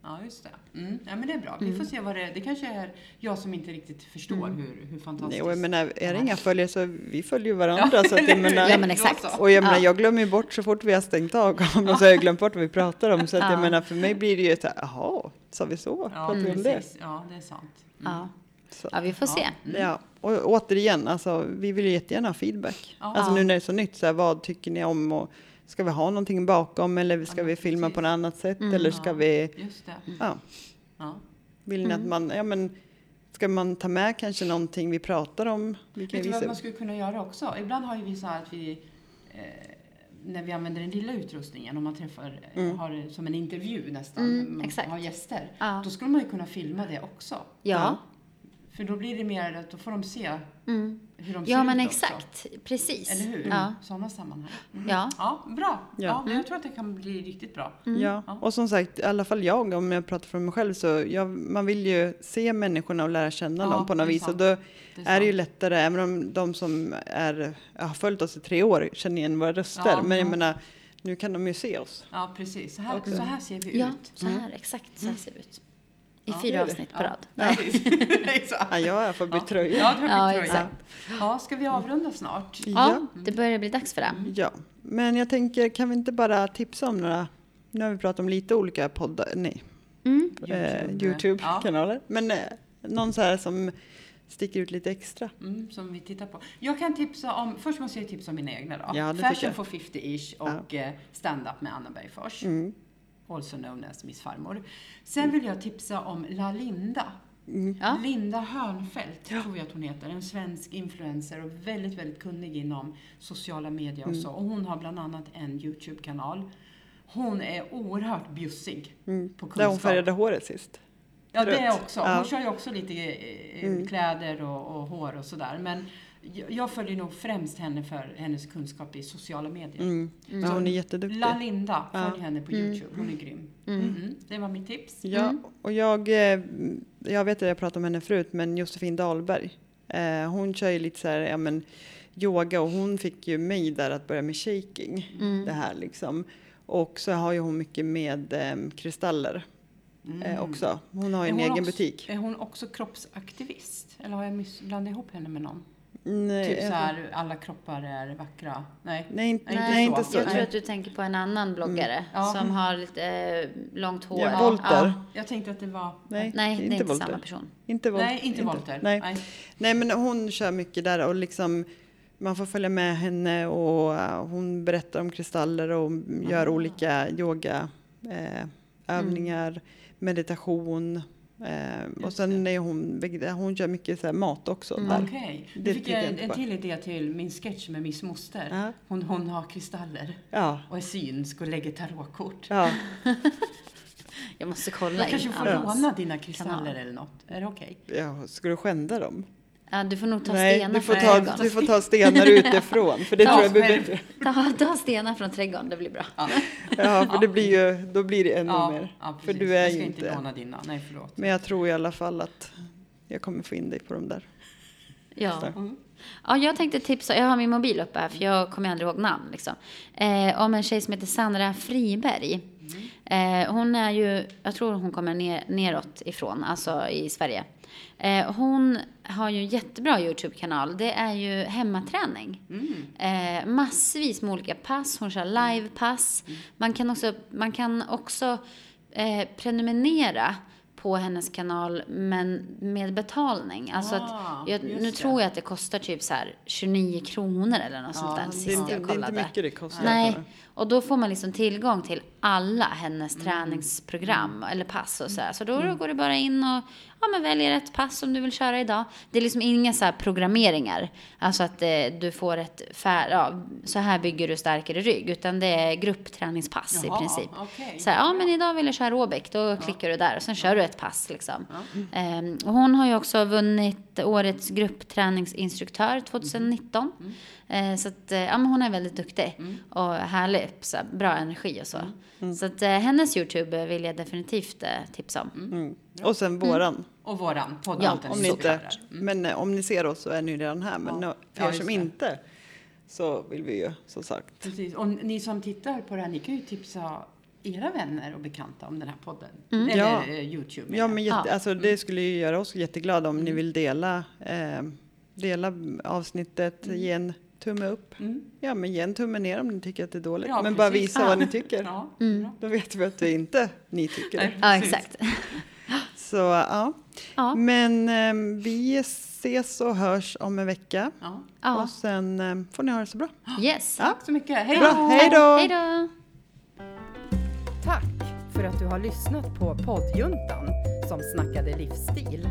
[SPEAKER 3] Ja, just det. Mm. Ja, men det är bra. Vi får se vad det är. Det kanske är jag som inte riktigt förstår
[SPEAKER 4] Mm.
[SPEAKER 3] hur, hur
[SPEAKER 2] Nej,
[SPEAKER 3] fantastiskt
[SPEAKER 2] och jag menar, är det
[SPEAKER 3] här-
[SPEAKER 2] inga följare så vi följer ju varandra. så att
[SPEAKER 3] eller
[SPEAKER 2] jag
[SPEAKER 3] hur?
[SPEAKER 2] menar,
[SPEAKER 4] Ja, men
[SPEAKER 3] Då
[SPEAKER 4] exakt.
[SPEAKER 3] så.
[SPEAKER 2] Och jag menar,
[SPEAKER 4] Ja.
[SPEAKER 2] jag glömmer ju bort så fort vi har stängt av kameran så har jag glömt bort vad vi pratar om. Så att jag menar, för mig blir det ju ett jaha, sa vi så?
[SPEAKER 3] Ja,
[SPEAKER 2] Pratar vi om det?
[SPEAKER 3] precis. Ja, det är sant.
[SPEAKER 4] Ja.
[SPEAKER 2] Mm. Så.
[SPEAKER 4] ja, vi får se.
[SPEAKER 3] Mm.
[SPEAKER 2] Ja, och återigen, alltså, vi vill ju jättegärna ha feedback.
[SPEAKER 3] Ja.
[SPEAKER 2] Alltså nu när det är så nytt, så här, vad tycker ni om? Och ska vi ha någonting bakom eller ska vi filma på något annat sätt?
[SPEAKER 3] Mm.
[SPEAKER 2] Eller ska vi,
[SPEAKER 3] Just det.
[SPEAKER 2] ja,
[SPEAKER 3] Ja.
[SPEAKER 2] vill
[SPEAKER 3] Mm.
[SPEAKER 2] ni att man, ja men, ska man ta med kanske någonting vi pratar om? Vi kan
[SPEAKER 3] Vet du
[SPEAKER 2] visa
[SPEAKER 3] vad
[SPEAKER 2] upp.
[SPEAKER 3] man skulle kunna göra också? Ibland har ju vi så här att vi eh, när vi använder den lilla utrustningen, om man träffar, eh, har det som en intervju nästan,
[SPEAKER 4] Mm,
[SPEAKER 3] man
[SPEAKER 4] exakt.
[SPEAKER 3] har gäster,
[SPEAKER 4] Ja.
[SPEAKER 3] då skulle man ju kunna filma det också.
[SPEAKER 4] Ja.
[SPEAKER 3] För då blir det mer att då får de se
[SPEAKER 4] Mm.
[SPEAKER 3] hur de ser
[SPEAKER 4] Ja, men
[SPEAKER 3] ut också.
[SPEAKER 4] exakt. Precis.
[SPEAKER 3] Eller hur?
[SPEAKER 4] Ja.
[SPEAKER 3] Sådana sammanhang. Mm.
[SPEAKER 4] Ja. Mm.
[SPEAKER 3] Ja, bra. Ja.
[SPEAKER 2] Ja.
[SPEAKER 3] men jag tror att det kan bli riktigt bra.
[SPEAKER 2] Ja,
[SPEAKER 3] Ja.
[SPEAKER 2] och som sagt, i alla fall jag, om jag pratar för mig själv, så jag, man vill ju se människorna och lära känna
[SPEAKER 3] Ja,
[SPEAKER 2] dem på något
[SPEAKER 3] det är
[SPEAKER 2] vis. Och
[SPEAKER 3] sant.
[SPEAKER 2] då är,
[SPEAKER 3] Det är
[SPEAKER 2] det ju
[SPEAKER 3] sant.
[SPEAKER 2] lättare, även om de som är, har följt oss i tre år känner igen våra röster.
[SPEAKER 3] Ja,
[SPEAKER 2] men jag
[SPEAKER 3] ja.
[SPEAKER 2] menar, nu kan de ju se oss.
[SPEAKER 3] Ja, precis. Så här, så här ser vi
[SPEAKER 4] ja,
[SPEAKER 3] ut.
[SPEAKER 4] så
[SPEAKER 2] Mm.
[SPEAKER 4] här exakt. Så här ser det ut. I
[SPEAKER 3] Ja,
[SPEAKER 4] fyra
[SPEAKER 2] det är det.
[SPEAKER 4] avsnitt på
[SPEAKER 3] Ja.
[SPEAKER 4] rad.
[SPEAKER 3] Ja, precis. exakt.
[SPEAKER 2] Ja, jag har fått byta tröja.
[SPEAKER 3] Ja, du
[SPEAKER 4] Ja,
[SPEAKER 3] har bytt tröja.
[SPEAKER 4] exakt.
[SPEAKER 3] Ja, ska vi avrunda snart?
[SPEAKER 4] Ja,
[SPEAKER 2] Mm.
[SPEAKER 4] det börjar bli dags för det.
[SPEAKER 3] Mm.
[SPEAKER 2] ja. Men jag tänker, kan vi inte bara tipsa om några, nu har vi pratat om lite olika poddar, nej,
[SPEAKER 4] Mm.
[SPEAKER 2] eh,
[SPEAKER 3] YouTube.
[SPEAKER 2] YouTube-kanaler. Men eh, någon så här som sticker ut lite extra.
[SPEAKER 3] Mm, som vi tittar på. Jag kan tipsa om, först måste jag tipsa om mina egna då.
[SPEAKER 2] Ja, det tycker
[SPEAKER 3] Fashion
[SPEAKER 2] jag.
[SPEAKER 3] for 50-ish och eh, Stand-up med Anna Bergfors.
[SPEAKER 2] Mm.
[SPEAKER 3] Also known as Miss Farmor. Sen vill jag tipsa om La Linda.
[SPEAKER 2] Mm.
[SPEAKER 4] Ja.
[SPEAKER 3] Linda Hörnfeldt tror jag att hon heter. En svensk influencer och väldigt, väldigt kunnig inom sociala medier
[SPEAKER 2] Mm.
[SPEAKER 3] och så. Och hon har bland annat en YouTube-kanal. Hon är oerhört bjussig på kunskap.
[SPEAKER 2] Mm. Där hon färgade håret sist.
[SPEAKER 3] Ja, det
[SPEAKER 2] Rött.
[SPEAKER 3] också.
[SPEAKER 2] Ja.
[SPEAKER 3] Hon kör ju också lite eh,
[SPEAKER 4] Mm.
[SPEAKER 2] Mm.
[SPEAKER 3] kläder och, och hår och sådär. Men jag, jag följer nog främst henne för hennes kunskap i sociala medier.
[SPEAKER 2] Mm. Så hon är jätteduktig.
[SPEAKER 3] La Linda, följ
[SPEAKER 2] Ja.
[SPEAKER 3] henne på Youtube. Hon är grym. Mm. Det var mitt tips.
[SPEAKER 2] Ja, och jag, eh, jag vet att jag pratade om henne förut, men Josefin Dahlberg. Eh, hon kör ju lite så här, ja men yoga och hon fick ju mig där att börja med
[SPEAKER 3] Mm.
[SPEAKER 2] shaking.
[SPEAKER 4] Mm.
[SPEAKER 2] Det här liksom. Och så har ju hon mycket med eh, kristaller eh, också. Hon har ju en
[SPEAKER 3] Mm. Är
[SPEAKER 2] egen
[SPEAKER 3] hon också,
[SPEAKER 2] butik.
[SPEAKER 3] Är hon också kroppsaktivist? Eller har jag miss- blandat ihop henne med någon?
[SPEAKER 2] Nej,
[SPEAKER 3] typ
[SPEAKER 2] jag-
[SPEAKER 3] så här, alla kroppar är vackra. Nej.
[SPEAKER 2] nej, inte,
[SPEAKER 3] Nej,
[SPEAKER 2] nej,
[SPEAKER 3] inte så. Mm.
[SPEAKER 2] inte så.
[SPEAKER 4] Jag tror
[SPEAKER 2] Nej.
[SPEAKER 4] att du tänker på en annan bloggare
[SPEAKER 3] Ja.
[SPEAKER 4] som har lite eh, långt hår.
[SPEAKER 2] Ja, Volter.
[SPEAKER 3] Jag tänkte att det var...
[SPEAKER 2] Nej,
[SPEAKER 4] Nej, det är inte
[SPEAKER 2] Volter.
[SPEAKER 4] samma person.
[SPEAKER 2] Inte Volter.
[SPEAKER 3] Nej, inte Volter.
[SPEAKER 2] Nej.
[SPEAKER 3] Nej.
[SPEAKER 2] Nej men hon kör mycket där och liksom man får följa med henne och eh, hon berättar om kristaller och gör olika yoga eh, övningar, meditation. Eh, och
[SPEAKER 3] Just
[SPEAKER 2] sen är hon, vegeta- hon kör mycket så här mat också. Där.
[SPEAKER 3] Okej,
[SPEAKER 2] Mm. Det
[SPEAKER 3] nu fick
[SPEAKER 2] tycker
[SPEAKER 3] jag
[SPEAKER 2] jag
[SPEAKER 3] en,
[SPEAKER 2] inte
[SPEAKER 3] en
[SPEAKER 2] på.
[SPEAKER 3] till idé till min sketch med Miss Moster.
[SPEAKER 2] Ja.
[SPEAKER 3] Hon, hon har kristaller
[SPEAKER 2] Ja,
[SPEAKER 3] och är synsk och lägger tarotkort.
[SPEAKER 2] ja,
[SPEAKER 4] Jag måste kolla.
[SPEAKER 3] Jag
[SPEAKER 4] in
[SPEAKER 3] kanske får
[SPEAKER 4] hans
[SPEAKER 3] låna dina
[SPEAKER 4] kanal.
[SPEAKER 3] kristaller eller något. Är det okej?
[SPEAKER 2] ja, ska du skända dem?
[SPEAKER 4] Ja, du får nog ta
[SPEAKER 2] Nej,
[SPEAKER 4] stenar
[SPEAKER 2] du får,
[SPEAKER 4] från
[SPEAKER 2] ta,
[SPEAKER 4] trädgården.
[SPEAKER 2] du får ta stenar utifrån för det
[SPEAKER 4] Ta
[SPEAKER 2] tror jag blir
[SPEAKER 3] själv.
[SPEAKER 2] bättre.
[SPEAKER 4] Ta, ta stenar från trädgården, det blir bra.
[SPEAKER 2] Ja, för det blir ju, då blir det ännu
[SPEAKER 3] Ja,
[SPEAKER 2] mer.
[SPEAKER 3] ja,
[SPEAKER 2] för
[SPEAKER 3] precis.
[SPEAKER 2] du är
[SPEAKER 3] jag ska
[SPEAKER 2] ju
[SPEAKER 3] inte
[SPEAKER 2] inte,
[SPEAKER 3] låna dina. Nej, förlåt.
[SPEAKER 2] men jag tror i alla fall att jag kommer få in dig på de där.
[SPEAKER 4] Ja. ja, jag tänkte tipsa, jag har min mobil uppe här för jag kommer aldrig ihåg namn. Liksom. Eh, om en tjej som heter Sandra Friberg. Eh, hon är ju, jag tror hon kommer ner, neråt ifrån, alltså i Sverige. Eh, hon har ju en jättebra YouTube-kanal, det är ju hemmaträning. Eh, massvis med olika pass, hon kör livepass. Man kan också, man kan också eh, prenumerera på hennes kanal men med betalning. Alltså
[SPEAKER 3] Ah,
[SPEAKER 4] att jag,
[SPEAKER 3] just
[SPEAKER 4] nu
[SPEAKER 3] det.
[SPEAKER 4] tror jag att det kostar typ så här 29 kronor eller något sånt där
[SPEAKER 2] Det är,
[SPEAKER 4] sist
[SPEAKER 2] inte,
[SPEAKER 4] jag
[SPEAKER 2] det är inte
[SPEAKER 4] kollade.
[SPEAKER 2] mycket det kostar.
[SPEAKER 4] Nej, och då får man liksom tillgång till alla hennes
[SPEAKER 2] Mm.
[SPEAKER 4] träningsprogram eller pass och så här. Så då går du bara in och ja, men väljer ett pass som du vill köra idag. Det är liksom inga så här programmeringar, alltså att eh, du får ett fär, ja, så här bygger du starkare rygg, utan det är gruppträningspass
[SPEAKER 3] Jaha,
[SPEAKER 4] i princip.
[SPEAKER 3] okej.
[SPEAKER 4] Så här, ja men idag vill jag köra aerobic, då klickar du där och sen kör du ett pass liksom. Ehm, och hon har ju också vunnit årets gruppträningsinstruktör 2019.
[SPEAKER 2] Mm.
[SPEAKER 4] Eh, så att, eh, ja men hon är väldigt duktig och härlig, så här, bra energi och så.
[SPEAKER 2] Mm.
[SPEAKER 4] Så att eh, hennes YouTube vill jag definitivt eh, tipsa om.
[SPEAKER 2] Mm. Och sen våran.
[SPEAKER 3] Och våran podd.
[SPEAKER 4] Ja,
[SPEAKER 2] Om ni inte, men eh, om ni ser oss så är ni redan här. Men
[SPEAKER 3] Ja.
[SPEAKER 2] ja.
[SPEAKER 3] Ja,
[SPEAKER 2] för er
[SPEAKER 3] just
[SPEAKER 2] som
[SPEAKER 3] det.
[SPEAKER 2] inte så vill vi ju som sagt.
[SPEAKER 3] Precis. Och ni som tittar på det här, ni kan ju tipsa era vänner och bekanta om den här podden.
[SPEAKER 2] Ja.
[SPEAKER 4] Mm.
[SPEAKER 3] Eller eh, Youtube. menar
[SPEAKER 2] Ja,
[SPEAKER 3] jag.
[SPEAKER 2] men jätte,
[SPEAKER 4] Ja. Mm.
[SPEAKER 2] Alltså, det skulle ju göra oss jätteglada om ni vill dela, eh, dela avsnittet,
[SPEAKER 4] Mm.
[SPEAKER 2] ge en tumme upp.
[SPEAKER 3] Mm.
[SPEAKER 2] Ja, men ge en tumme ner om ni tycker att det är dåligt.
[SPEAKER 3] Ja,
[SPEAKER 2] men bara
[SPEAKER 3] precis.
[SPEAKER 2] visa
[SPEAKER 4] Ja.
[SPEAKER 2] vad ni tycker.
[SPEAKER 3] Ja,
[SPEAKER 4] Mm.
[SPEAKER 3] bra.
[SPEAKER 2] Då vet vi att det inte ni tycker.
[SPEAKER 3] Nej,
[SPEAKER 4] Ja,
[SPEAKER 3] precis.
[SPEAKER 4] exakt.
[SPEAKER 2] Så, ja.
[SPEAKER 4] Ja.
[SPEAKER 2] Men eh, vi ses och hörs om en vecka.
[SPEAKER 3] Ja.
[SPEAKER 4] Ja.
[SPEAKER 2] Och sen eh, får ni ha det så bra.
[SPEAKER 4] Yes.
[SPEAKER 2] Ja.
[SPEAKER 3] Tack så mycket. Hej då!
[SPEAKER 2] Bra, hej då!
[SPEAKER 4] Hej då!
[SPEAKER 1] Tack för att du har lyssnat på poddjuntan som snackade livsstil.